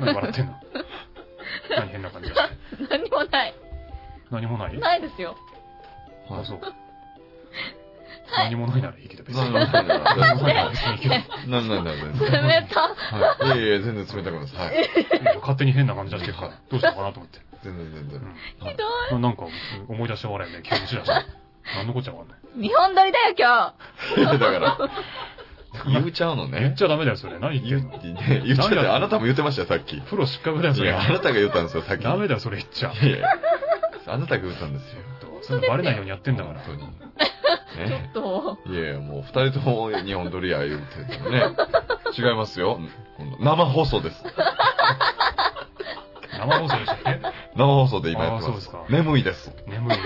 [SPEAKER 1] 何笑ってんの何変な感じがして。
[SPEAKER 3] 何もない。
[SPEAKER 1] 何もない
[SPEAKER 3] ないですよ。
[SPEAKER 1] あ、そう。何者になる生きて別に。
[SPEAKER 2] 何
[SPEAKER 1] 何
[SPEAKER 2] 者
[SPEAKER 1] 者
[SPEAKER 2] に
[SPEAKER 1] に
[SPEAKER 2] な
[SPEAKER 1] な
[SPEAKER 2] る
[SPEAKER 1] る生きて
[SPEAKER 2] なんなんだよ、全
[SPEAKER 3] 冷
[SPEAKER 2] 然。
[SPEAKER 3] た。
[SPEAKER 2] はい。いやいや、全然冷たくないです。はい。
[SPEAKER 1] 勝手に変な感じ出してるから、どうしたのかなと思って。
[SPEAKER 2] 全然全 然。
[SPEAKER 1] う
[SPEAKER 3] ひど
[SPEAKER 1] ん、ななんか思い出して笑いね、急にしだして。何のこっちゃわかんない。
[SPEAKER 3] い。日本撮りだよ、今
[SPEAKER 2] いやだから、言うちゃうの
[SPEAKER 1] 言っ
[SPEAKER 2] ね。
[SPEAKER 1] ちゃダメだよ、それ。何言
[SPEAKER 2] 言
[SPEAKER 1] っ
[SPEAKER 2] う
[SPEAKER 1] てんの
[SPEAKER 2] ってね、言っちゃって、あなたも言ってましたよ、さっき。い
[SPEAKER 1] プロ失格だよ、それ
[SPEAKER 2] や、。あなたが言ったんですよ、さっき。
[SPEAKER 1] ダメだよ、それ言っちゃ。
[SPEAKER 2] いやいやあなたが言ったんですよ。
[SPEAKER 1] それバレないようにやってんだか
[SPEAKER 2] 本
[SPEAKER 1] ら。
[SPEAKER 2] 当に。
[SPEAKER 3] 日。ちょ
[SPEAKER 2] ね
[SPEAKER 3] っと。
[SPEAKER 2] いやいや、もう二人とも日本ドリア言うてるのね。違いますよ。今度生放送です。
[SPEAKER 1] 生放送でしたっけ
[SPEAKER 2] 生放送で今や
[SPEAKER 1] あ
[SPEAKER 2] って
[SPEAKER 1] ーそう
[SPEAKER 2] ま
[SPEAKER 1] ですすか。
[SPEAKER 2] 眠いです。
[SPEAKER 1] 眠いね。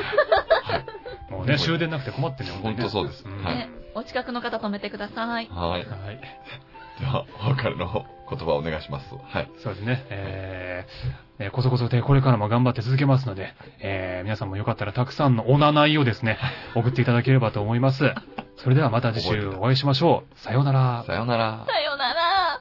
[SPEAKER 1] もうね、終電なくて困ってんね、
[SPEAKER 2] 本当そうです。
[SPEAKER 1] うん
[SPEAKER 2] はい。
[SPEAKER 3] ね、お近くの方止めてください。
[SPEAKER 2] はい。
[SPEAKER 1] はい。
[SPEAKER 2] では、お別れの言葉をお願いします。はい。
[SPEAKER 1] そうですね。えー、えーこそこそでこれからも頑張って続けますので、えー、皆さんもよかったらたくさんのおなないをです ね、送っていただければと思います。それではまた次週お会いしましょう。さようなら。
[SPEAKER 2] さようなら。
[SPEAKER 3] さよなら。